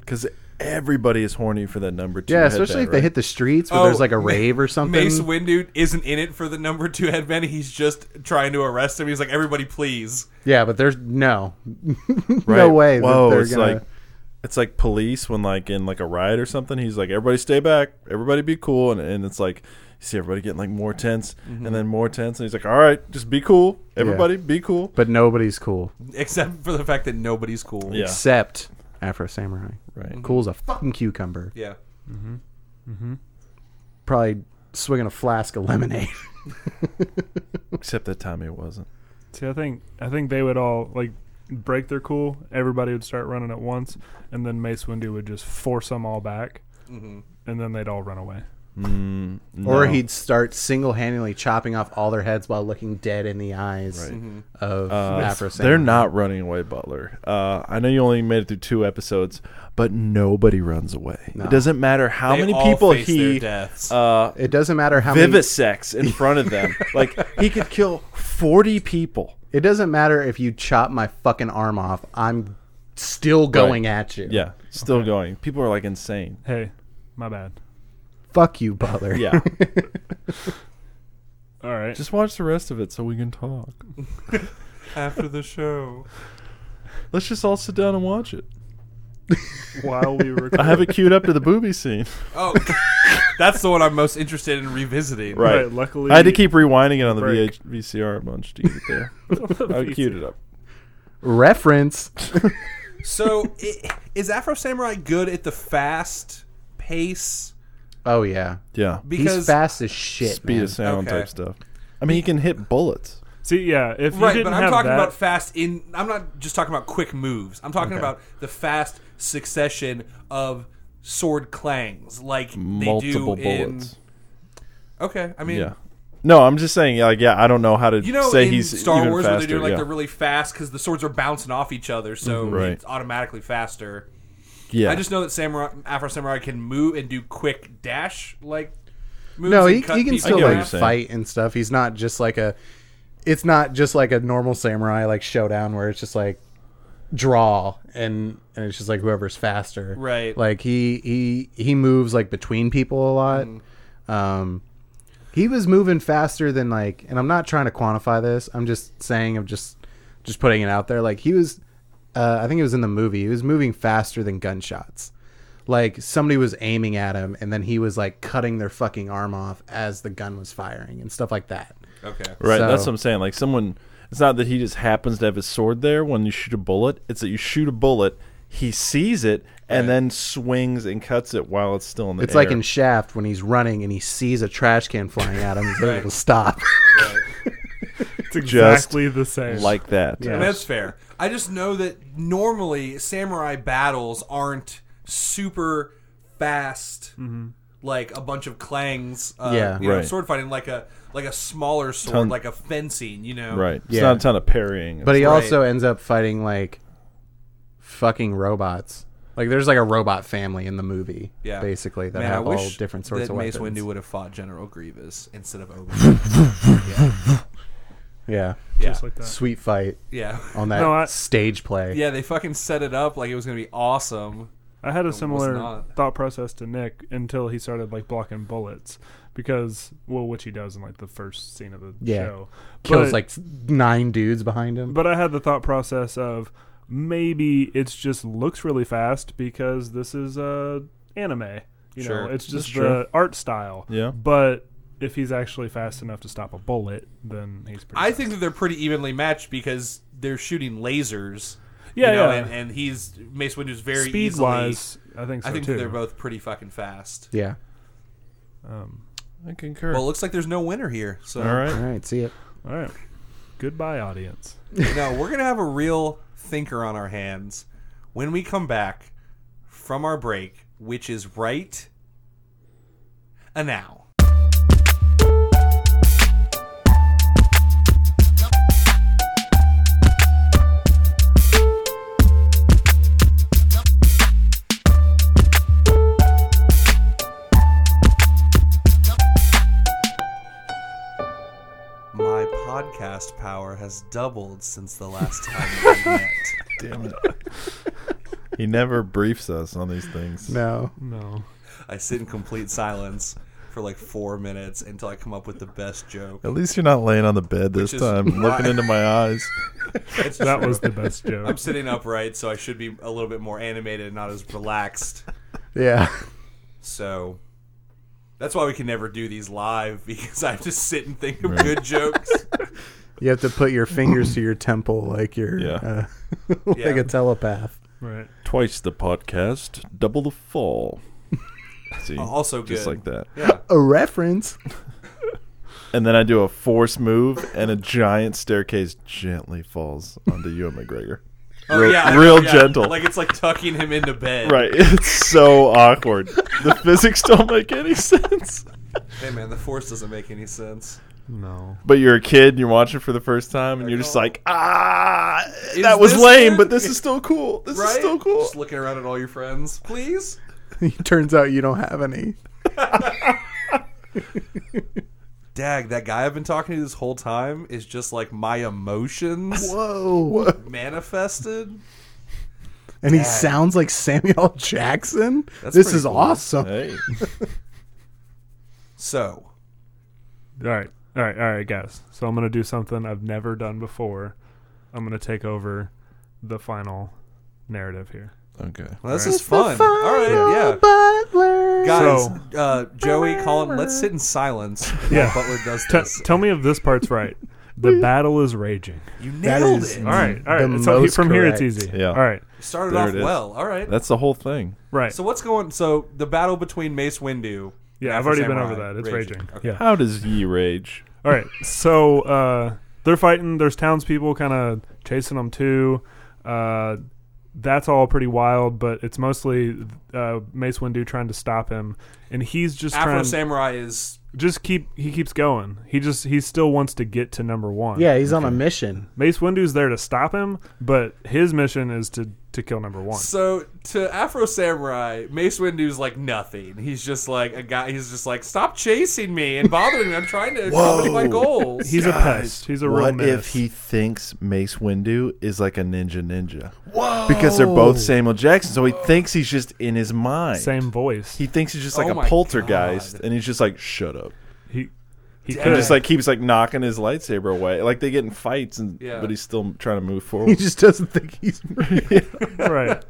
S3: Because everybody is horny for that number two.
S2: Yeah, especially if
S3: headband,
S2: they
S3: right?
S2: hit the streets where
S1: Oh,
S2: there's like a
S1: Ma-
S2: rave or something.
S1: Mace Windu isn't in it for the number two headband. He's just trying to arrest him. He's like, everybody, please.
S2: yeah, but there's no,
S3: Right.
S2: no way.
S3: Whoa,
S2: that they're
S3: it's
S2: gonna,
S3: like it's like police when like in like a riot or something. He's like, everybody stay back, everybody be cool, and, and it's like you see everybody getting like more tense and then more tense, and he's like, all right, just be cool, everybody, be cool.
S2: but nobody's cool
S1: Except for the fact that nobody's cool.
S3: Yeah.
S2: except Afro Samurai.
S3: Right.
S2: Cool's a fucking cucumber.
S1: Yeah.
S2: Probably swinging a flask of lemonade.
S3: Except that time it wasn't.
S4: See, I think I think they would all like break their cool. Everybody would start running
S1: Mm-hmm.
S4: at once, and then Mace Windu would just force them all back, and then they'd all run away.
S2: Or
S3: No.
S2: he'd start single handedly chopping off all their heads while looking dead in the eyes of Afro Samurai.
S3: Uh, They're not running away, Butler. Uh, I know you only made it through two episodes, but nobody runs away. It doesn't matter how
S1: They
S3: many
S1: all
S3: people
S1: face their
S3: he
S1: deaths.
S3: uh,
S2: It doesn't matter how many.
S3: vivisects in front of them. like he could kill forty people.
S2: It doesn't matter if you chop my fucking arm off. I'm still going at you.
S3: Yeah, still going. People are like insane.
S4: Hey, my bad.
S2: Fuck you, Butler.
S3: Yeah,
S4: All right.
S3: just watch the rest of it so we can talk.
S1: after the show.
S3: Let's just all sit down and watch it.
S4: while we record.
S3: I have it queued up to the booby scene.
S1: Oh, that's the one I'm most interested in revisiting.
S3: Right.
S4: Luckily,
S3: I had to keep rewinding it on the
S4: Break.
S3: VH- VCR a bunch to get it there. I queued it up.
S2: Reference.
S1: So, i- is Afro Samurai good at the fast pace?
S2: Oh yeah.
S3: Yeah,
S1: Because
S2: He's fast as shit.
S3: speed
S2: man.
S3: of sound
S1: Okay.
S3: type stuff. I mean, he can hit bullets.
S4: See, yeah, if you
S1: right,
S4: didn't
S1: but I'm
S4: have
S1: talking
S4: that,
S1: about fast. In I'm not just talking about quick moves. I'm talking about the fast succession of sword clangs, like
S3: multiple
S1: they do
S3: bullets.
S1: In, okay, I mean.
S3: yeah. No, I'm just saying. Like, yeah, I don't know how to
S1: You know,
S3: say
S1: in
S3: he's
S1: Star
S3: even
S1: Wars, where
S3: faster.
S1: they're doing like
S3: yeah. Mm-hmm.
S1: they're really fast because the swords are bouncing off each other, so
S3: Right.
S1: it's automatically faster.
S3: yeah.
S1: I just know that samurai, Afro Samurai can move and do quick dash like moves.
S2: No,
S1: and
S2: he,
S1: cut
S2: he can
S1: people
S2: still
S3: I get what
S1: in
S3: you're
S2: like
S1: half.
S3: saying.
S2: fight and stuff. He's not just like a. It's not just like a normal samurai like showdown where it's just like draw and and it's just like whoever's faster.
S1: Right.
S2: Like he he he moves like between people a lot. Um, he was moving faster than like, and I'm not trying to quantify this. I'm just saying, I'm just just putting it out there. Like he was, uh, I think it was in the movie. He was moving faster than gunshots. Like somebody was aiming at him, and then he was like cutting their fucking arm off as the gun was firing and stuff like that.
S1: Okay,
S3: right. that's
S2: so-
S3: what I'm saying. Like someone, it's not that he just happens to have his sword there when you shoot a bullet. It's that you shoot a bullet, he sees it, and then swings and cuts it while it's still in the
S2: It's
S3: air.
S2: like in Shaft when he's running and he sees a trash can flying at him. He's able to stop.
S4: it's exactly the same.
S3: like that.
S1: I mean, that's fair. I just know that normally samurai battles aren't super fast, like a bunch of clangs. Uh,
S2: Yeah.
S1: you know,
S3: Mm-hmm. Right.
S1: sword fighting like a like a smaller sword,
S3: Ton-
S1: like a fencing. You know,
S3: Right. It's
S2: Yeah.
S3: not a ton of parrying.
S2: But he
S1: Right.
S2: also ends up fighting like fucking robots. Like there's like a robot family in the movie,
S1: Yeah.
S2: basically that
S1: Man, I
S2: have all
S1: wish
S2: different sorts
S1: that
S2: of
S1: Mace
S2: weapons.
S1: Windu would have fought General Grievous instead of Obi. yeah,
S2: yeah,
S4: Just like that.
S2: sweet fight
S1: yeah,
S2: on that
S4: No, I-
S2: stage play.
S1: yeah. They fucking set it up like it was gonna be awesome.
S4: I had a similar
S1: not.
S4: thought process to Nick until he started like blocking bullets because well, which he does in like the first scene of the
S2: Yeah.
S4: show.
S2: Kills
S4: But-
S2: like nine dudes behind him.
S4: But I had the thought process of maybe it's just looks really fast because this is uh, anime. You
S1: Sure.
S4: know, it's just
S3: true.
S4: the art style.
S3: Yeah.
S4: But if he's actually fast enough to stop a bullet, then he's pretty.
S1: I
S4: fast.
S1: think that they're pretty evenly matched because they're shooting lasers.
S4: Yeah,
S1: you know,
S4: yeah.
S1: And, and he's Mace Windu's very
S4: speed
S1: easily-
S4: wise, I think so
S1: I think
S4: too.
S1: that they're both pretty fucking fast.
S2: yeah.
S3: I concur.
S1: Well, it looks like there's no winner here. So
S3: All right.
S2: All right, see it.
S4: All right. Goodbye, audience.
S1: no, we're gonna have a real thinker on our hands when we come back from our break, which is right a now. My podcast power has doubled since the last time we met.
S3: Damn it. he never briefs us on these things.
S2: No,
S4: No.
S1: I sit in complete silence for like four minutes until I come up with the best joke.
S3: At least you're not laying on the bed this
S1: is
S3: time,
S1: why-
S3: looking into my eyes.
S1: It's
S4: That
S1: true.
S4: was the best joke.
S1: I'm sitting upright, so I should be a little bit more animated and not as relaxed.
S2: yeah,
S1: So that's why we can never do these live because I have to sit and think of good jokes.
S2: you have to put your fingers to your temple like you're
S3: Yeah.
S2: uh, like
S1: Yeah.
S2: a telepath.
S4: Right.
S3: Twice the podcast, double the fall. Uh, See,
S1: Also
S3: just
S1: good.
S3: like that.
S1: Yeah.
S2: A reference.
S3: And then I do a force move, and a giant staircase gently falls onto you and McGregor. real,
S1: Oh, Yeah, I-
S3: real
S1: yeah,
S3: gentle.
S1: Like it's like tucking him into bed.
S3: right. It's so awkward. The physics don't make any sense.
S1: Hey man, the force doesn't make any sense.
S5: No.
S3: But you're a kid, and you're watching it for the first time, and you're just
S1: oh.
S3: like, ah,
S1: Is
S3: that was
S1: this
S3: lame,
S1: good?"
S3: but this is still cool. This
S1: Right?
S3: is still cool.
S1: Just looking around at all your friends, please.
S2: Turns out you don't have any.
S1: Dag, that guy I've been talking to this whole time is just like my emotions
S2: Whoa.
S1: manifested.
S2: And he sounds like Samuel Jackson.
S1: That's
S2: this
S1: pretty
S2: is
S1: cool.
S2: awesome.
S3: Hey,
S1: So
S4: All right, all right, all right, guys. So I'm gonna do something I've never done before. I'm gonna take over the final narrative here.
S3: okay.
S1: well, this
S4: Right.
S1: is fun. All right, yeah.
S2: Butler.
S1: Guys,
S4: So-
S1: uh, Joey, Colin, let's sit in silence while
S4: Yeah.
S1: Butler does
S4: T-
S1: this.
S4: tell me if this part's right. The battle is raging.
S1: you
S2: That
S1: nailed
S2: is-
S1: it.
S4: All right, all
S2: Mm. The
S4: right. So he-
S2: most
S4: from here, it's
S2: correct.
S4: easy.
S3: Yeah.
S4: All right,
S1: Started
S3: There
S1: off
S3: it is.
S1: well. All right.
S3: That's the whole thing.
S4: right.
S1: so what's going? So the battle between Mace Windu. and
S4: yeah, I've
S1: Afro
S4: already been
S1: Samurai
S4: over that. It's raging.
S1: Okay.
S4: Yeah.
S3: How does ye rage?
S4: All right. So uh, they're fighting. There's townspeople kind of chasing them too. Uh, that's all pretty wild, but it's mostly uh, Mace Windu trying to stop him, and he's just
S1: Afro
S4: trying.
S1: Samurai is
S4: just keep. He keeps going. He just. He still wants to get to number one.
S2: Yeah, he's on a mission.
S4: Mace Windu's there to stop him, but his mission is to to kill number one.
S1: So to Afro Samurai, Mace Windu's like nothing. He's just like a guy. He's just like stop chasing me and bothering me. I'm trying to accomplish my goals.
S4: He's a pest. He's a real
S3: What
S4: menace.
S3: if he thinks Mace Windu is like a ninja ninja? Whoa! Because they're both Samuel Jackson, so he thinks he's just in his mind.
S4: same voice?
S3: He thinks he's just
S1: Oh
S3: like
S1: my
S3: a poltergeist,
S1: God.
S3: and he's just like, "Shut up!"
S4: He he
S1: Damn.
S4: could
S3: And just like keeps like knocking his lightsaber away. Like they get in fights, and
S1: Yeah.
S3: but he's still trying to move
S2: He
S3: forward.
S2: just doesn't think he's.
S4: right.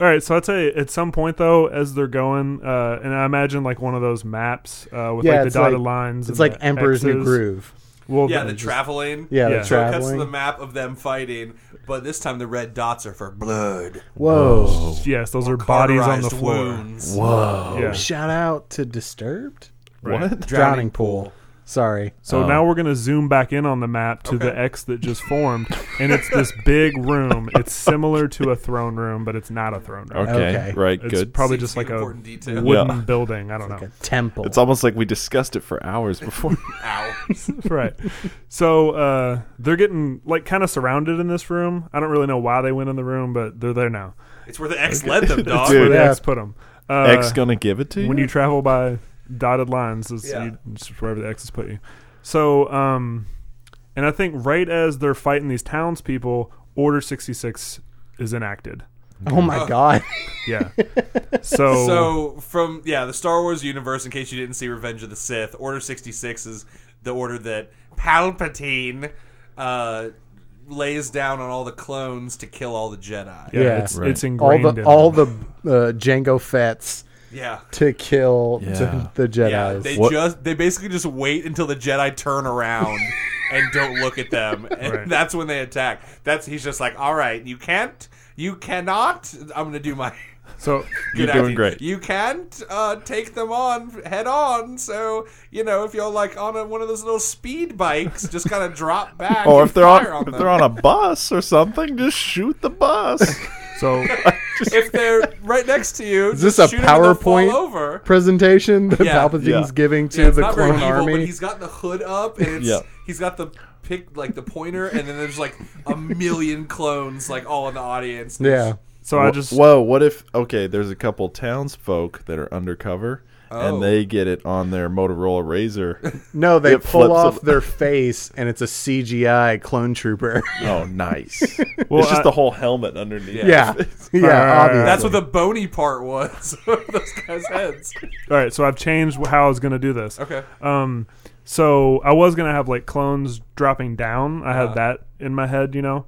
S4: All right, so I'd say at some point though, as they're going, uh, and I imagine like one of those maps uh, with
S2: Yeah,
S4: like the
S2: it's
S4: dotted
S2: like-
S4: lines.
S2: It's
S4: and
S2: like
S4: the
S2: Emperor's New
S4: X's.
S2: Groove.
S4: Well,
S1: yeah, the
S4: just-
S1: traveling.
S2: Yeah,
S4: Yeah.
S2: the
S4: So
S1: So it cuts to
S2: traveling.
S1: the map of them fighting, but this time the red dots are for blood,
S2: Whoa.
S4: Yes, those are bodies on the
S1: Cauterized Oh,
S4: floor.
S1: wounds.
S4: Yeah.
S2: Shout out to Disturbed.
S3: What?
S2: Drowning, pool. Sorry.
S4: So now we're gonna zoom back in on the map to the
S1: Okay.
S4: X that just formed, and it's this big room. It's similar to a throne room, but it's not a throne room.
S3: Okay,
S2: Okay.
S3: right,
S4: It's
S3: good.
S4: probably
S1: Seems
S4: just
S1: to be
S4: like
S1: an
S4: a
S1: important detail.
S4: wooden
S3: Yeah.
S4: building. I don't know.
S2: Like a temple.
S3: it's almost like we discussed it for hours before.
S1: Ow.
S4: right. So uh, they're getting like kind of surrounded in this room. I don't really know why they went in the room, but they're there now.
S1: It's where the X led them, dog.
S4: Where
S3: Dude.
S4: the
S2: Yeah.
S4: X put them. Uh,
S3: X gonna give it to you
S4: when you travel by dotted lines, is
S1: Yeah.
S4: you, it's wherever the X has put you. So, um, and I think right as they're fighting these townspeople, Order sixty six is enacted.
S2: oh my god.
S4: Yeah. so,
S1: So from yeah, the Star Wars universe. In case you didn't see Revenge of the Sith, Order sixty six is the order that Palpatine uh, lays down on all the clones to kill all the Jedi.
S4: yeah,
S2: Yeah.
S4: it's,
S3: Right.
S4: it's
S2: all
S4: ingrained.
S2: the
S4: in
S2: all
S4: them.
S2: the uh, Django Fett's
S1: Yeah.
S2: to kill
S3: Yeah.
S2: the, the Jedi's.
S1: Yeah, they
S3: What-
S1: just they basically just wait until the Jedi turn around and don't look at them, and
S4: Right.
S1: that's when they attack. That's he's just like, all right, you can't, you cannot. I'm gonna do my.
S4: so
S1: Good
S3: doing
S1: acting.
S3: great.
S1: You can't uh, take them on head on. So you know if you're like on a, one of those little speed bikes, just kind of drop back.
S3: or
S1: and
S3: if they're on,
S1: fire
S3: if
S1: them.
S3: they're on a bus or something, just shoot the bus.
S4: so
S1: if they're right next to you,
S2: Is this
S1: just
S2: a
S1: shoot 'em and they'll
S2: PowerPoint?
S1: fall over?
S2: Presentation that
S1: Yeah.
S2: Palpatine's
S3: Yeah.
S2: giving to
S1: Yeah, it's
S2: the
S1: not
S2: clone
S1: very evil,
S2: army.
S1: But he's got the hood up, and it's,
S3: Yeah.
S1: he's got the pick like the pointer, and then there's like a million clones like all in the audience.
S2: yeah.
S4: so I just
S3: Whoa! What if? Okay, there's a couple townsfolk that are undercover,
S1: Oh.
S3: and they get it on their Motorola Razor.
S2: No, they
S3: It
S2: pull
S3: flips
S2: off
S3: them.
S2: their face and it's a CGI clone trooper.
S3: oh, nice!
S4: Well,
S3: it's just
S4: I-
S3: the whole helmet underneath. Uh,
S2: yeah. Yeah, obviously.
S1: That's what the bony part was of those guys' heads.
S4: all right. So I've changed how I was going to do this.
S1: Okay.
S4: Um, so I was gonna have like clones dropping down. I had that in my head, you know.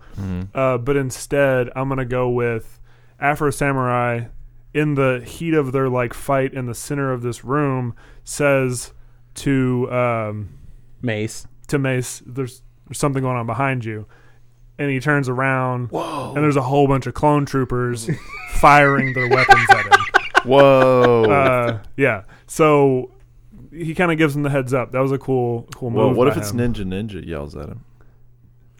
S4: Uh, but instead, I'm gonna go with Afro Samurai. In the heat of their like fight in the center of this room, says to um,
S2: Mace.
S4: to Mace, "There's there's something going on behind you," and he turns around, and there's a whole bunch of clone troopers firing their weapons at him
S3: Whoa!
S4: uh, yeah. So he kind of gives him the heads up. That was a cool, cool move.
S3: well, what
S4: by
S3: if it's
S4: him.
S3: Ninja Ninja yells at him?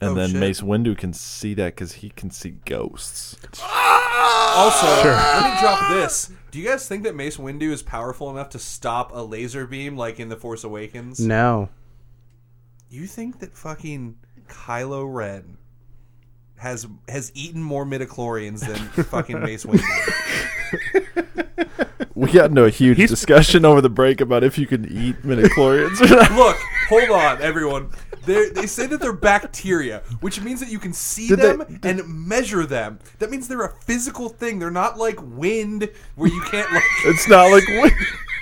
S3: And
S1: Oh,
S3: then
S1: shit.
S3: Mace Windu can see that because he can see ghosts.
S1: Also, let me drop this. Do you guys think that Mace Windu is powerful enough to stop a laser beam like in The Force Awakens?
S2: No.
S1: You think that fucking Kylo Ren has has eaten more midichlorians than fucking Mace Windu?
S3: We got into a huge discussion over the break about if you can eat midichlorians or not.
S1: Look, hold on, everyone. They're, they say that they're bacteria, which means that you can see
S3: Did
S1: them
S3: they-
S1: and measure them. That means they're a physical thing. They're not like wind, where you can't like.
S3: It's not like wind.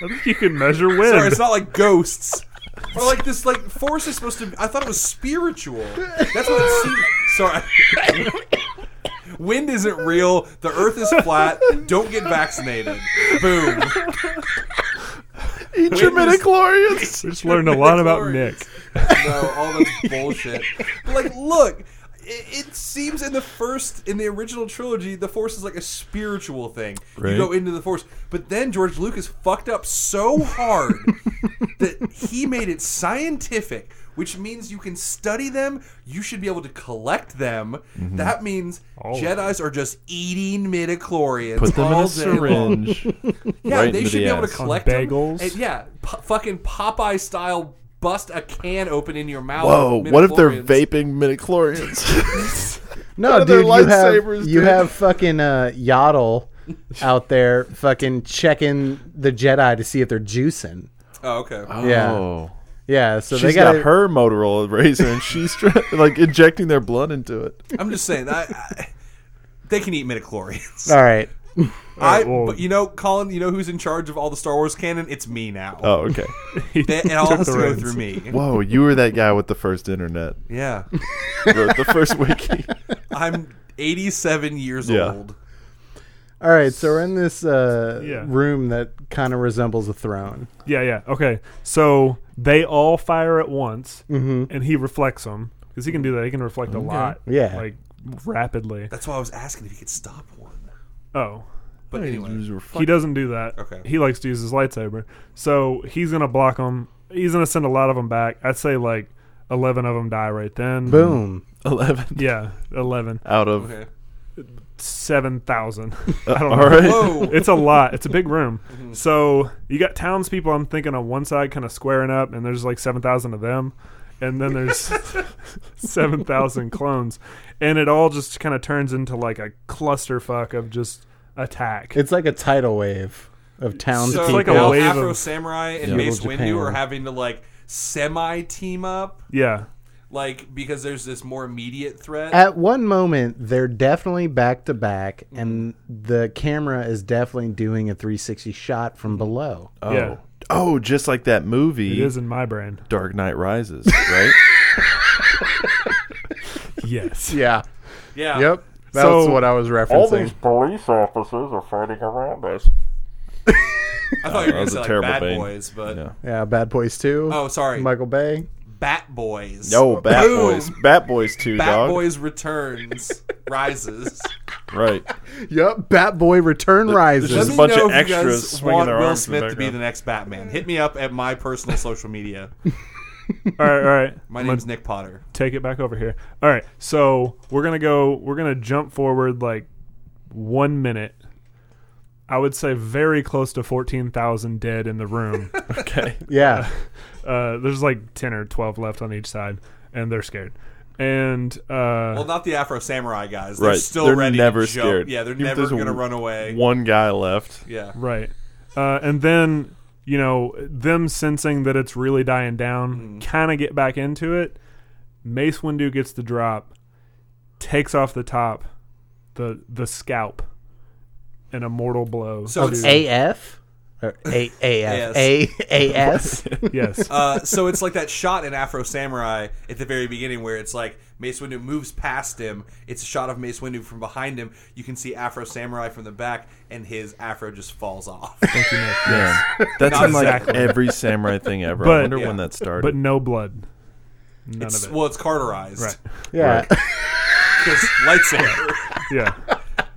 S4: I think you can measure wind.
S1: Sorry, it's not like ghosts. Or like this, like force is supposed to. I thought it was spiritual. That's what it seemed. Sorry. Wind isn't real. The Earth is flat. Don't get vaccinated. Boom.
S3: Eat your
S1: Wind is-
S3: midichlorians.
S4: we just learned a lot about
S1: Midichlorians.
S4: Nick.
S1: no, all that's bullshit. But like, look, it, it seems in the first, in the original trilogy, the Force is like a spiritual thing.
S3: Right.
S1: You go into the Force, but then George Lucas fucked up so hard that he made it scientific, which means you can study them. You should be able to collect them.
S3: Mm-hmm.
S1: That means
S4: All of
S1: Jedi's are just eating midichlorians.
S3: Put them in
S1: all
S3: a
S1: day long.
S3: syringe.
S1: Yeah,
S3: right
S1: they
S3: into
S1: should
S3: the
S1: be able to
S3: ass.
S1: collect
S4: On
S1: them.
S4: bagels?
S1: And, yeah, po- fucking Popeye style, bust a can open in your mouth.
S3: Whoa,
S1: with
S3: what if they're
S1: midichlorians.
S3: vaping midichlorians?
S2: No,
S3: What are their
S2: dude, you
S3: lightsabers,
S2: have, you
S3: dude?
S2: have fucking uh, Yaddle out there fucking checking the Jedi to see if they're juicing.
S1: Oh, okay.
S2: Yeah.
S3: Oh.
S2: Yeah, so
S3: She's
S2: they got,
S3: got her Motorola razor and she's try- like injecting their blood into it.
S1: I'm just saying that I, they can eat midichlorians.
S2: All right.
S1: I,
S4: well-
S1: but you know, Colin, you know who's in charge of all the Star Wars canon? It's me now.
S3: Oh, okay.
S1: They- it all has to
S4: the
S1: go
S4: reins.
S1: through me.
S3: Whoa, you were that guy with the first internet,
S1: Yeah,
S3: the, the first wiki.
S1: I'm 87 years
S3: Yeah.
S1: old.
S2: All right, so we're in this uh,
S4: Yeah.
S2: room that kind of resembles a throne.
S4: Yeah, yeah. Okay. So they all fire at once,
S3: Mm-hmm.
S4: and he reflects them because he can do that. He can reflect a lot.
S2: Yeah.
S4: Like rapidly.
S1: That's why I was asking if he could stop one.
S4: Oh.
S1: But anyway,
S4: He doesn't do that.
S1: Okay.
S4: He likes to use his lightsaber. So he's going to block them. He's going to send a lot of them back. I'd say like 11 of them die right then.
S2: Boom.
S3: 11
S4: Yeah, 11.
S3: out of.
S1: okay.
S4: 7,000.
S3: Uh,
S4: I don't
S3: all
S4: know.
S3: right.
S1: Whoa.
S4: it's a lot. It's a big room. So you got townspeople. I'm thinking on one side, kind of squaring up, and there's like seven thousand of them, and then there's seven thousand clones, and it all just kind of turns into like a clusterfuck of just attack.
S2: It's like a tidal wave of towns.
S1: So
S4: It's like a
S1: now
S4: wave of-
S1: Afro Samurai and
S3: Yeah.
S1: Mace
S2: Little Japan.
S1: Windu are having to like semi team up.
S4: yeah,
S1: like because there's this more immediate threat.
S2: At one moment, they're definitely back to back, and the camera is definitely doing a 360 shot from below.
S3: Oh.
S4: Yeah.
S3: oh, just like that
S4: it
S3: movie,
S4: is in my brain.
S3: Dark Knight Rises, right?
S4: Yes.
S2: Yeah.
S1: yeah.
S2: That's
S4: So,
S2: what I was referencing.
S5: police officers are fighting around us.
S1: I thought you were
S3: that
S1: gonna
S3: was
S1: say
S3: a
S1: like
S3: terrible
S1: Bad
S3: Bane.
S1: Boys, but
S3: Yeah.
S2: yeah, Bad Boys 2.
S1: oh, sorry,
S2: Michael Bay.
S1: Bat Boys.
S3: No, Bat
S1: Boom.
S3: Boys. Bat Boys 2,
S1: Bat
S3: dog.
S1: Boys returns, rises.
S3: Right.
S2: Yep, Bat Boy Return Rises.
S1: Let
S3: There's a
S1: me
S3: bunch
S1: know
S3: of
S1: if you
S3: extras
S1: guys
S3: swinging
S1: want
S3: their
S1: Will
S3: arms in the
S1: Smith to be
S3: background.
S1: the next Batman. Hit me up at my personal social media.
S4: All right. All right.
S1: My
S4: I'm
S1: name's Nick Potter.
S4: take it back over here. All right, so we're gonna go. We're gonna jump forward like one minute. I would say very close to fourteen thousand dead in the room.
S3: Okay.
S2: yeah.
S4: uh, there's like ten or twelve left on each side, and they're scared. And uh,
S1: Well, not the Afro Samurai guys. They're
S3: right.
S1: still
S3: they're
S1: ready.
S3: never
S1: to jump.
S3: scared.
S1: Yeah, they're
S3: Even if
S1: never
S3: there's a
S1: gonna
S3: w-
S1: run away.
S3: One guy left.
S1: yeah.
S4: Right. Uh, and then, you know, them sensing that it's really dying down,
S1: Mm-hmm.
S4: kind of get back into it. Mace Windu gets the drop, takes off the top, the the scalp, and a mortal blow.
S1: So it's,
S2: AF? Or A AF. A AS?
S4: yes.
S1: Uh, so it's like that shot in Afro Samurai at the very beginning where it's like Mace Windu moves past him. It's a shot of Mace Windu from behind him. You can see Afro Samurai from the back, and his afro just falls off.
S3: Yeah. That's
S1: Not
S3: in like
S4: exactly.
S3: every samurai thing ever. I
S4: But-
S3: wonder
S1: Yeah.
S3: when that started.
S4: but no blood. None
S1: It's,
S4: of it.
S1: well, it's carterized.
S4: Right.
S2: Yeah.
S1: Because lightsaber.
S4: Yeah.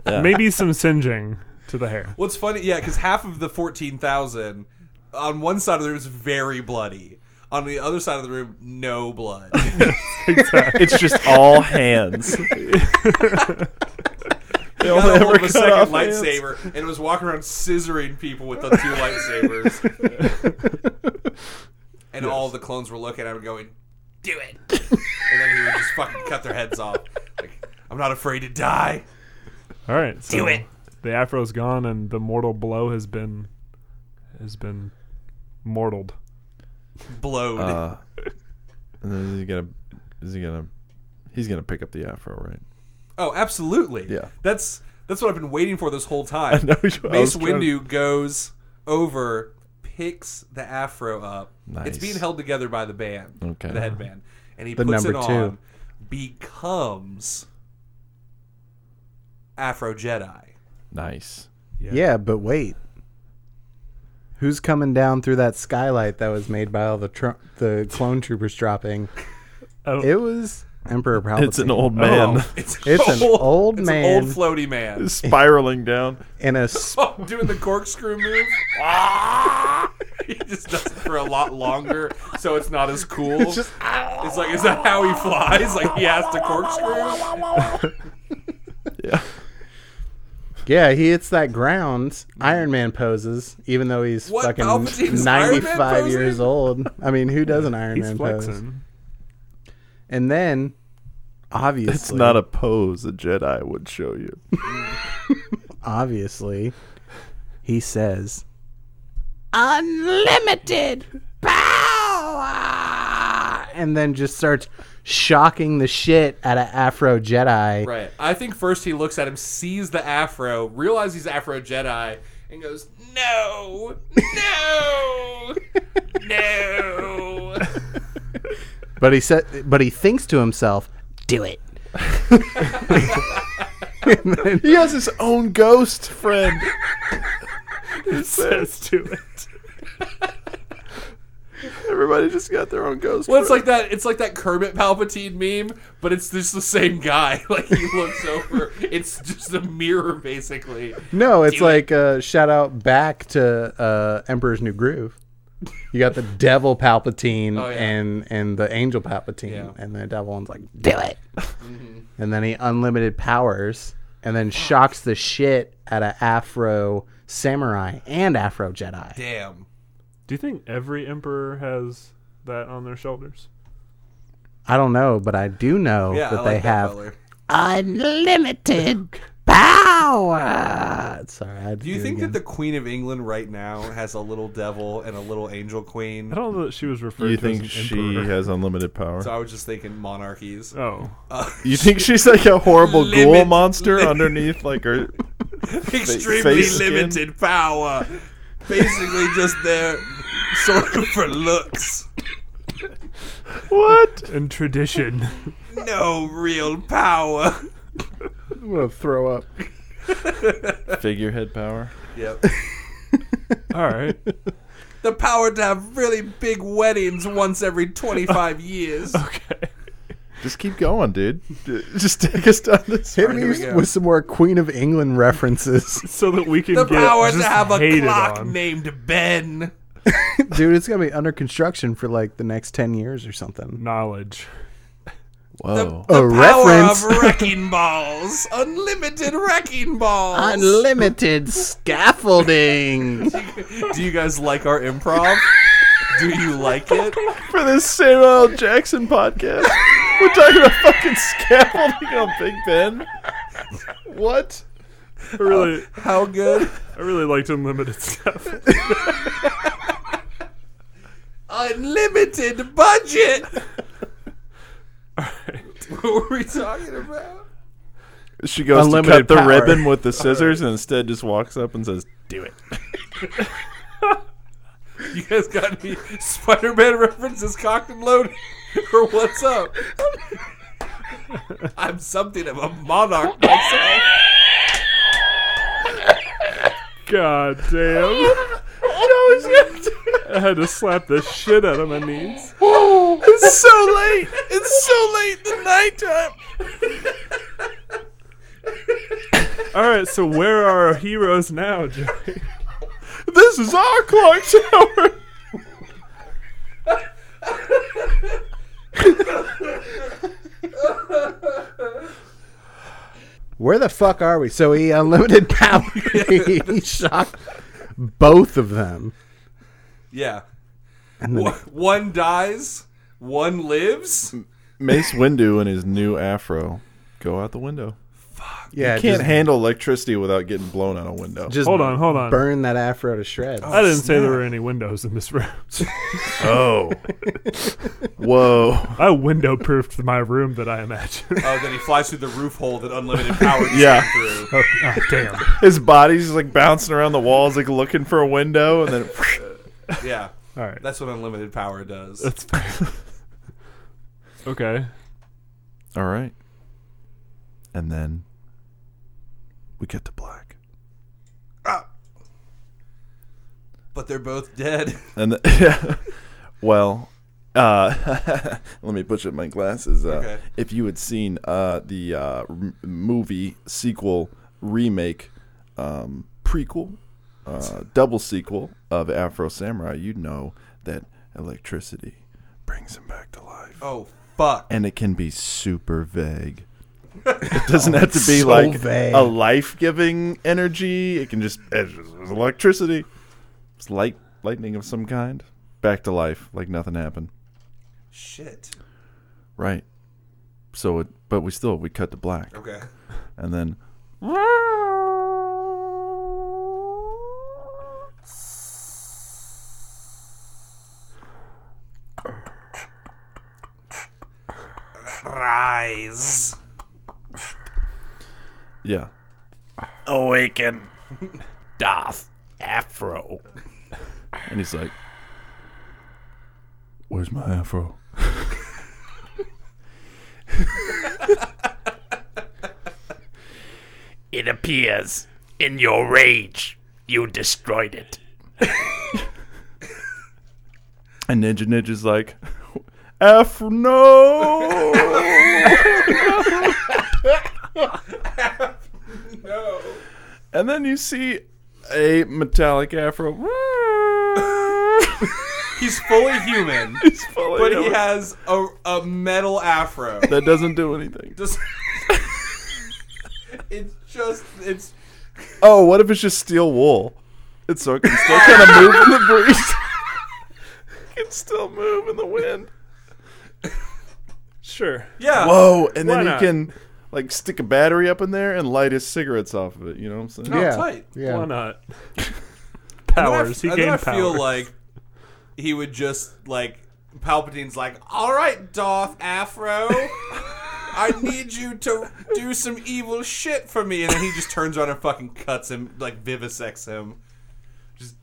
S3: Yeah.
S4: Maybe some singeing to the hair.
S1: What's funny, yeah, because half of the 14,000 on one side of the room is very bloody. On the other side of the room, no blood.
S3: It's just all hands. they
S1: Got
S3: only
S1: a hold
S3: ever
S1: of a
S3: cut
S1: second
S3: off hands.
S1: lightsaber and was walking around scissoring people with the two lightsabers. and all the clones were looking at him going, Do it. and then he would just fucking cut their heads off. Like, I'm not afraid to die.
S4: All right, so do it. The afro's gone, and the mortal blow has been has been mortaled.
S1: Blowed.
S3: Uh, and then is he gonna? Is he gonna? He's gonna pick up the afro, right?
S1: oh, absolutely.
S3: Yeah.
S1: That's that's what I've been waiting for this whole time.
S3: know, I was
S1: Mace
S3: trying to-
S1: Windu goes over, picks the afro up. It's
S3: Nice.
S1: being held together by the band,
S3: Okay.
S1: the headband, and he
S2: The
S1: puts it
S2: number two.
S1: on. Becomes Afro Jedi.
S3: Nice.
S2: Yeah, but wait. Who's coming down through that skylight that was made by all the tr- the clone troopers dropping?
S4: Oh.
S2: It was Emperor Palpatine.
S3: It's an old man
S1: Oh, it's,
S2: It's an old
S1: it's
S2: man.
S1: an old floaty man.
S3: spiraling down.
S2: in a s-
S1: Oh, doing the corkscrew move. he just does it for a lot longer, so it's not as cool. It's, like, is that how he flies? Like he has to corkscrew?
S3: Yeah.
S2: yeah, he hits that ground. Iron Man poses, even though he's
S1: What,
S2: fucking
S1: Palpatine's
S2: ninety
S1: Iron Man
S2: five years
S1: posing?
S2: old. I mean, who does an Iron
S4: He's
S2: Man pose?
S4: flexing.
S2: And then, obviously,
S3: It's not a pose a Jedi would show you.
S2: obviously, he says, Unlimited power! And then just starts shocking the shit out of Afro Jedi.
S1: Right. I think first he looks at him, sees the afro, realizes he's Afro Jedi, and goes, "No, no, no."
S2: But he said, but he thinks to himself, do it. And then-
S3: He has his own ghost friend.
S4: says to it.
S3: Everybody just got their own ghost.
S1: Well, it's like that. It's like that Kermit Palpatine meme, but it's just the same guy. Like he looks over, it's just a mirror, basically.
S2: no, it's
S1: Do it.
S2: like uh, shout out back to uh, Emperor's New Groove. You got the Devil Palpatine
S1: Oh, yeah.
S2: and and the Angel Palpatine,
S1: Yeah. Mm-hmm.
S2: and the Devil one's like, do it. And then he unlimited powers, and then shocks the shit out of Afro Samurai and Afro Jedi.
S1: Damn.
S4: Do you think every emperor has that on their shoulders?
S2: I don't know, but I do know
S1: Yeah,
S2: that
S1: I like
S2: they
S1: that
S2: have
S1: color.
S2: unlimited power. Sorry, I had to
S1: Do you
S2: it
S1: think that
S2: again.
S1: the Queen of England right now has a little devil and a little angel queen?
S4: I don't know that she was referred
S3: You
S4: to
S3: think
S4: as an
S3: she
S4: emperor.
S3: has unlimited power?
S1: So I was just thinking monarchies.
S4: Oh,
S3: You think she's like a horrible ghoul
S1: Limit-
S3: monster underneath, like her?
S1: Extremely
S3: face skin.
S1: limited power. Basically, just there sort of for looks.
S3: What?
S4: in tradition.
S1: No real power.
S2: I'm gonna throw up?
S3: Figurehead power.
S1: Yep.
S4: All right.
S1: The power to have really big weddings once every 25 years.
S4: Okay.
S3: Just keep going, dude. Just take us down this.
S2: Hit
S3: road.
S2: me
S1: here we go.
S2: with some more Queen of England references,
S4: So that we can
S1: The
S4: get
S1: power to
S4: just
S1: have a
S4: hated
S1: clock
S4: on.
S1: named Ben.
S2: dude. It's gonna be under construction for like the next ten years or something.
S4: knowledge.
S3: Whoa!
S1: The
S2: A
S1: power
S2: reference.
S1: of wrecking balls. Unlimited wrecking balls.
S2: Unlimited scaffolding.
S1: Do you guys like our improv? Do you like it?
S3: For this Samuel L. Jackson podcast, we're talking about fucking scaffolding on Big Ben. What? Oh.
S4: I really,
S1: How good?
S4: I really liked unlimited stuff.
S1: Unlimited budget. What were we talking about?
S3: She goes
S2: Unlimited
S3: to cut
S2: power.
S3: the ribbon with the scissors, and instead just walks up and says, "Do it."
S1: You guys got any Spider-Man references cocked and loaded, or what's up? I'm something of a monarch myself.
S4: God damn. I had to slap the shit out of my knees.
S1: It's so late. It's so late in the nighttime.
S4: All right, so where are our heroes now, Joey?
S3: This is our clock tower.
S2: Where the fuck are we? So he unlimited power. he shot both of them.
S1: Yeah.
S2: And then
S1: One- One dies, one lives.
S3: Mace Windu and his new afro go out the window.
S2: yeah,
S3: Can't
S2: just,
S3: handle electricity without getting blown out a window.
S2: just
S4: Hold on, hold on.
S2: burn that afro to shreds.
S4: I didn't say there were any windows in this room.
S3: oh, whoa,
S4: I window proofed my room that I imagine.
S1: Oh, then he flies through the roof hole that unlimited power just
S3: Yeah.
S1: came through.
S4: oh, ah, damn.
S3: his body's just like bouncing around the walls, like looking for a window, and then
S1: Yeah,
S4: All right.
S1: that's what unlimited power does.
S4: That's fine. okay.
S3: all right, and then we get to black,
S1: But they're both dead.
S3: and the, yeah, well. Uh, let me push up my glasses. Uh,
S1: Okay.
S3: If you had seen uh, the uh, r- movie sequel remake um, prequel uh, double sequel of Afro Samurai, you'd know that electricity brings him back to life.
S1: Oh fuck!
S3: And it can be super vague. It doesn't have to be
S2: so
S3: like
S2: vague.
S3: a life giving energy. It can just, eh, it's just it's electricity. It's light lightning of some kind. Back to life, like nothing happened.
S1: Shit.
S3: Right. So it but we still we cut to black.
S1: Okay.
S3: And then
S1: Rise.
S3: yeah.
S5: Awaken. Doth. Afro.
S3: And he's like, Where's my afro?
S5: It appears in your rage. You destroyed it.
S3: And Ninja Ninja's like, Afro, no!
S1: No.
S3: and then you see a metallic afro.
S1: He's fully human,
S3: He's fully
S1: but he
S3: human.
S1: has a, a metal afro.
S3: that doesn't do anything.
S1: Just. it's just it's
S3: Oh, what if it's just steel wool? It's so it can still kind of move in the breeze. it can still move in the wind.
S4: Sure.
S1: yeah.
S3: Whoa! Oh, And
S4: Why
S3: then you
S4: not?
S3: can like stick a battery up in there and light his cigarettes off of it. You know what I'm saying?
S1: Oh,
S2: yeah,
S1: tight.
S2: yeah.
S4: Why not?
S1: And then I-
S4: powers. He
S1: and then I
S4: gained
S1: feel
S4: powers.
S1: like he would just like Palpatine's like, all right, Darth Afro, I need you to do some evil shit for me, and then he just turns around and fucking cuts him, like vivisects him. Just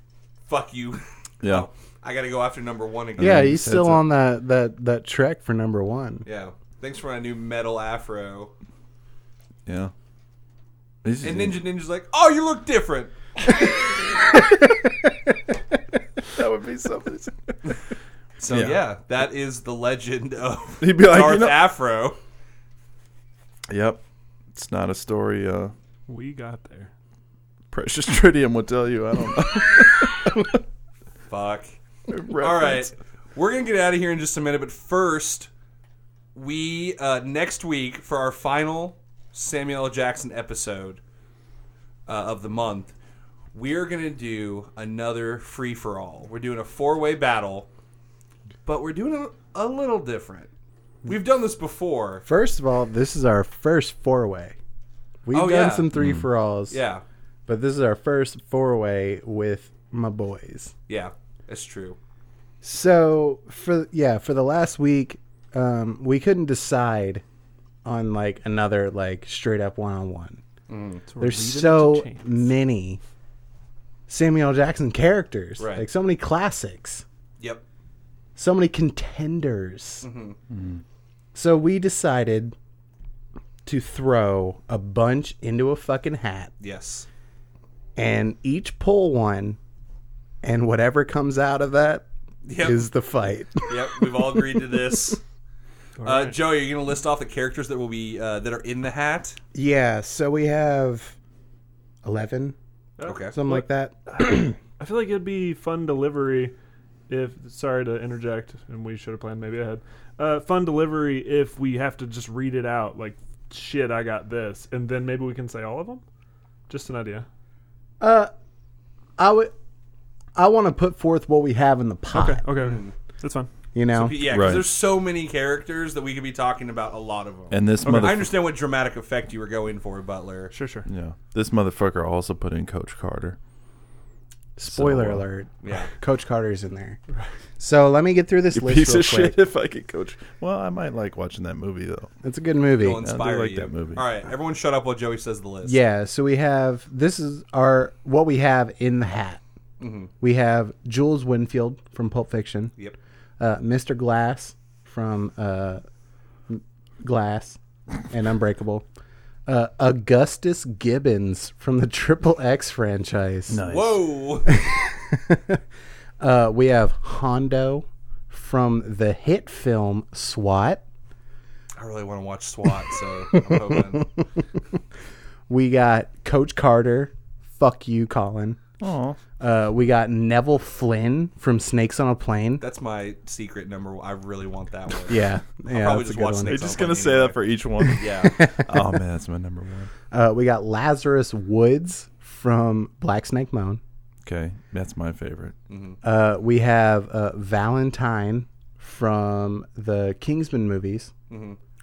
S1: fuck you.
S3: Yeah.
S1: Oh, I gotta go after number one again.
S2: Yeah,
S3: he
S2: he's
S3: said
S2: still
S3: so.
S2: on that that that trek for number one.
S1: Yeah. Thanks for my new metal afro.
S3: Yeah. This is
S1: And Ninja Ninja's like, oh, you look different.
S3: that would be something.
S1: So yeah,
S3: Yeah.
S1: that is the legend of
S3: He'd be like,
S1: Darth
S3: you know-
S1: Afro.
S3: yep. It's not a story. Uh,
S4: we got there.
S3: Precious Tritium will tell you. I don't know.
S1: Fuck. All right.
S3: Reference.
S1: We're going to get out of here in just a minute, but first, we, uh, next week for our final Samuel L. Jackson episode uh, of the month, we're going to do another free for all. We're doing a four way battle, but we're doing it a little different. We've done this before.
S2: First of all, this is our first four way. We've
S1: Oh, yeah.
S2: done some three for alls,
S1: Yeah.
S2: but this is our first four way with my boys.
S1: Yeah. That's true.
S2: So for yeah, for the last week, um, we couldn't decide on like another like straight up one on one. There's so many Samuel L. Jackson characters,
S1: Right.
S2: like so many classics,
S1: Yep.
S2: so many contenders. Mm. So we decided to throw a bunch into a fucking hat
S1: Yes.
S2: and each pull one, and whatever comes out of that is
S1: Yep.
S2: the fight.
S1: Yep. We've all agreed to this.
S4: All
S1: Uh,
S4: right.
S1: Joey, are you going to list off the characters that will be uh, that are in the hat?
S2: Yeah, so we have 11,
S1: Okay.
S2: something like that.
S4: I feel like it'd be fun delivery if sorry to interject, and we should have planned maybe ahead. Uh, fun delivery if we have to just read it out like shit. I got this, and then maybe we can say all of them. Just an idea.
S2: I would. I want to put forth what we have in the pot.
S4: Okay, okay, okay. that's fine.
S2: You know,
S1: Yeah, because
S3: Right.
S1: there's so many characters that we could be talking about a lot of them.
S3: And this
S1: I
S3: motherfucker.
S1: understand what dramatic effect you were going for, Butler.
S4: Sure, sure.
S3: Yeah. This motherfucker also put in Coach Carter.
S2: spoiler
S3: So, uh,
S2: alert.
S1: Yeah.
S2: Coach Carter's in there. So let me get through this list
S3: Piece
S2: real
S3: of
S2: quick.
S3: shit. If I could coach, well, I might like watching that movie though.
S2: It's a good movie.
S1: It'll inspire
S3: like
S1: you.
S3: that movie.
S1: All right, everyone, shut up while Joey says the list.
S2: Yeah, so we have this is our what we have in the hat. We have Jules Winfield from Pulp Fiction,
S1: Yep.
S2: uh, Mr. Glass from uh, M- Glass and Unbreakable, uh, Augustus Gibbons from the Triple X franchise.
S1: Whoa.
S2: Uh, we have Hondo from the hit film SWAT.
S1: I really want to watch SWAT, so I'm hoping.
S2: We got Coach Carter. Fuck you, Colin.
S3: Oh,
S2: Uh, we got Neville Flynn from Snakes on a Plane.
S1: That's my secret number. one. I really want that one.
S2: Yeah,
S1: I'll probably
S2: yeah, that's a
S1: just watch
S2: good one.
S1: Snakes
S3: they're
S1: on
S3: just
S1: a
S3: gonna
S1: Plane
S3: say that
S1: anyway.
S3: for each one.
S1: Yeah.
S3: oh man, that's my number one.
S2: Uh, we got Lazarus Woods from Black Snake Moan.
S3: Okay, that's my favorite.
S2: Uh, we have uh, Valentine from the Kingsman movies.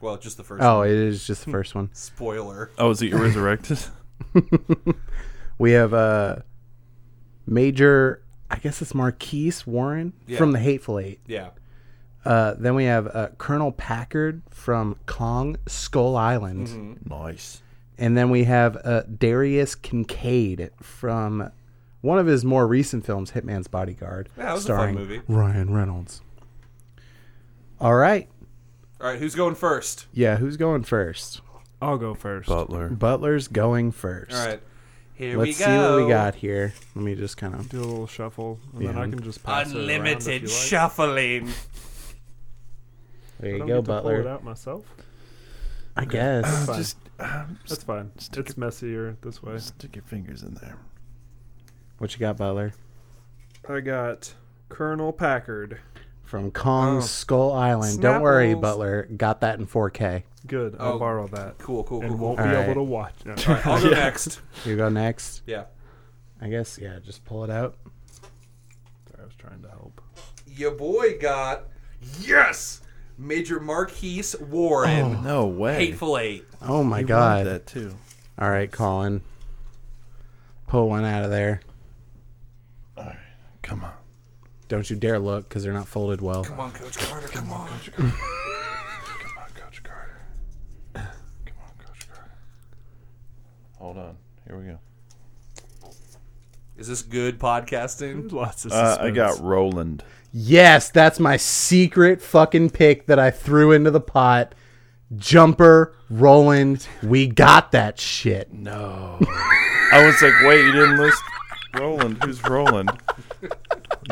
S1: Well, just the first.
S2: Oh, it is just the first one.
S1: Spoiler.
S3: Oh, is he resurrected?
S2: We have uh, Major, I guess it's Marquise Warren from The Hateful Eight.
S1: Yeah.
S2: Uh, then we have uh, Colonel Packard from Kong Skull Island.
S1: Mm-hmm.
S3: nice.
S2: And then we have uh, Darius Kincaid from one of his more recent films, Hitman's Bodyguard,
S1: Yeah, it was a fun
S2: starring
S1: movie.
S2: Ryan Reynolds. All right.
S1: All right, who's going first?
S2: Yeah, who's going first?
S4: I'll go first.
S3: Butler.
S2: Butler's going first.
S1: All right. Here we
S2: Let's
S1: go.
S2: see what we got here. Let me just kind of.
S4: Do a little shuffle, and then
S2: Yeah.
S4: I can just pass it around if you
S1: Unlimited
S4: like.
S1: shuffling.
S2: There
S4: I
S2: you
S4: don't
S2: go,
S4: get to Pull it
S2: Butler.
S4: out myself.
S2: I guess.
S4: Fine.
S3: Just
S4: That's fine. It's messier this way.
S3: stick your fingers in there.
S2: What you got, Butler?
S4: I got Colonel Packard.
S2: From Kong
S1: Oh.
S2: Skull Island. Don't worry,
S1: Snapples.
S2: Butler. Got that in 4K.
S4: Good. I'll
S1: Oh,
S4: borrow that.
S1: Cool, cool, cool.
S4: And
S1: cool.
S4: won't
S1: All
S4: be
S2: Alright.
S4: able to watch. No.
S1: right, I'll go next.
S2: You go next.
S1: Yeah.
S2: I guess, yeah, just pull it out.
S4: Sorry, I was trying to help.
S1: Your boy got yes, Major Marquise Warren.
S3: No way.
S1: Hateful Eight.
S2: Oh my
S3: You
S2: god.
S3: wanted that too.
S2: All right, Colin. Pull one out of there.
S3: Come on.
S2: Don't you dare look because they're not folded well.
S1: Come on, Coach Carter. Come, on.
S3: Come on, Coach Carter. Come on, Coach Carter. Hold on. Here we go.
S1: Is this good podcasting?
S4: Lots of
S3: Uh, I got Roland.
S2: Yes, that's my secret fucking pick that I threw into the pot. Jumper, Roland, we got that shit.
S3: No. I was like, wait, you didn't list Roland. Who's Roland?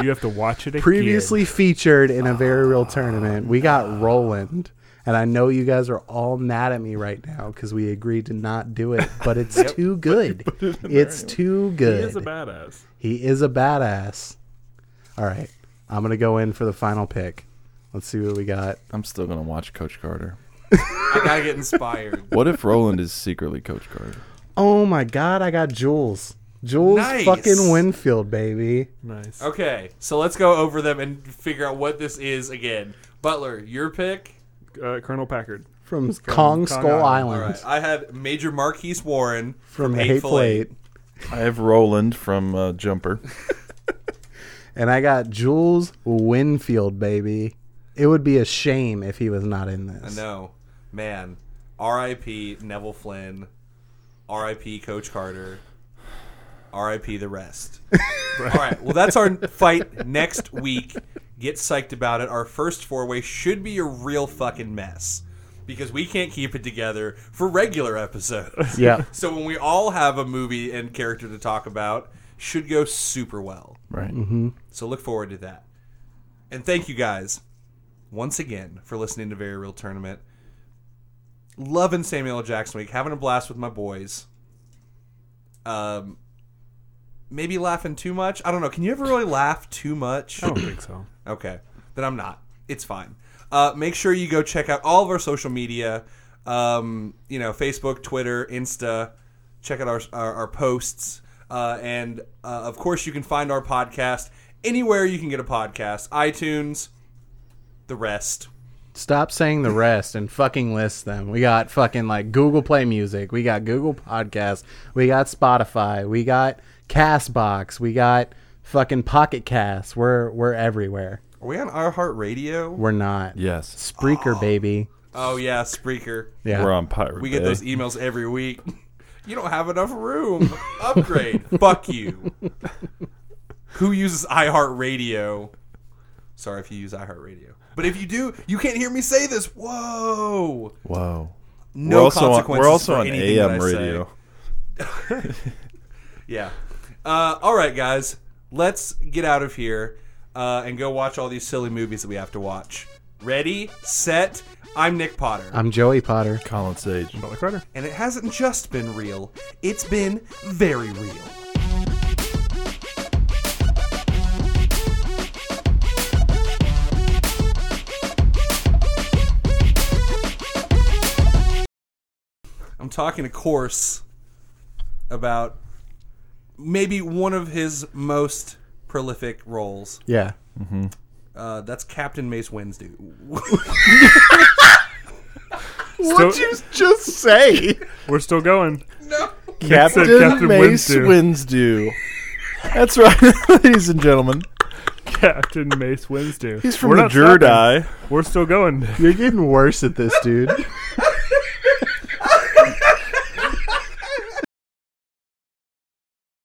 S4: You have to watch it again.
S2: Previously featured in a very real tournament, we got Roland. And I know you guys are all mad at me right now because we agreed to not do it, but it's too good. It's too
S4: he
S2: good.
S4: is a badass.
S2: He is a badass. All right. I'm going to go in for the final pick. Let's see what we got.
S3: I'm still gonna watch Coach Carter.
S1: I gotta get inspired.
S3: What if Roland is secretly Coach Carter?
S2: Oh my God. I got Jules. Jules
S1: Nice.
S2: fucking Winfield, baby.
S4: Nice.
S1: Okay, so let's go over them and figure out what this is again. Butler, your pick.
S4: Uh, Colonel Packard.
S2: From, Kong,
S4: Kong
S2: Skull
S1: All
S2: Island.
S1: right, I had Major Marquise Warren
S2: From Hateful Eight.
S3: I have Roland from uh, Jumper.
S2: And I got Jules Winfield, baby. It would be a shame if he was not in
S1: I
S2: this.
S1: know, man. R.I.P. Neville Flynn. R.I.P. Coach Carter. R.I.P. the rest. All right. Well, that's our fight next week. Get psyched about it. Our first four way should be a real fucking mess because we can't keep it together for regular episodes.
S2: Yeah.
S1: So when we all have a movie and character to talk about, should go super well.
S3: Right.
S1: So look forward to that. And thank you guys once again for listening to Very Real Tournament. Loving Samuel L. Jackson Week, having a blast with my boys. Um, maybe laughing too much. I don't know. Can you ever really laugh too much?
S4: I don't think so.
S1: Okay, then I'm not. It's fine. Uh, make sure you go check out all of our social media. Um, you know, Facebook, Twitter, Insta. Check out our our, our posts, uh, and uh, of course, you can find our podcast anywhere you can get a podcast: iTunes, the rest.
S2: Stop saying the rest and fucking list them. We got fucking like Google Play Music. We got Google Podcast. We got Spotify. We got Castbox. We got fucking Pocket Cast. We're we're everywhere.
S1: Are we on iHeartRadio?
S2: We're not.
S3: Yes.
S2: Spreaker baby.
S1: Oh yeah, Spreaker.
S2: Yeah.
S3: We're on Pirate
S1: We get
S3: Bay.
S1: those e- emails every week. You don't have enough room. Upgrade. Fuck you. Who uses iHeartRadio? Sorry if you use iHeartRadio. But if you do, you can't hear me say this. Whoa.
S3: Whoa.
S1: No
S3: we're also on,
S1: consequences
S3: we're also
S1: for
S3: on
S1: anything that
S3: AM
S1: I say.
S3: radio.
S1: Yeah. Uh, all right, guys. Let's get out of here uh, and go watch all these silly movies that we have to watch. Ready, set. I'm Nick Potter.
S2: I'm Joey Potter.
S3: Colin Sage.
S1: Oh,
S4: Like Ryder.
S1: and it hasn't just been real, it's been very real. I'm talking, of course, about maybe one of his most prolific roles.
S2: Yeah.
S1: Uh, that's Captain Mace Windu.
S4: Still,
S2: just say?
S4: we're still going.
S1: no.
S3: Captain,
S4: said Captain
S3: Mace Winsdew. That's right, ladies and gentlemen.
S4: Captain Mace Winsdew.
S3: He's from
S4: We're
S3: the
S4: not stopping.
S3: Jedi.
S4: We're still going.
S2: You're getting worse at this, dude.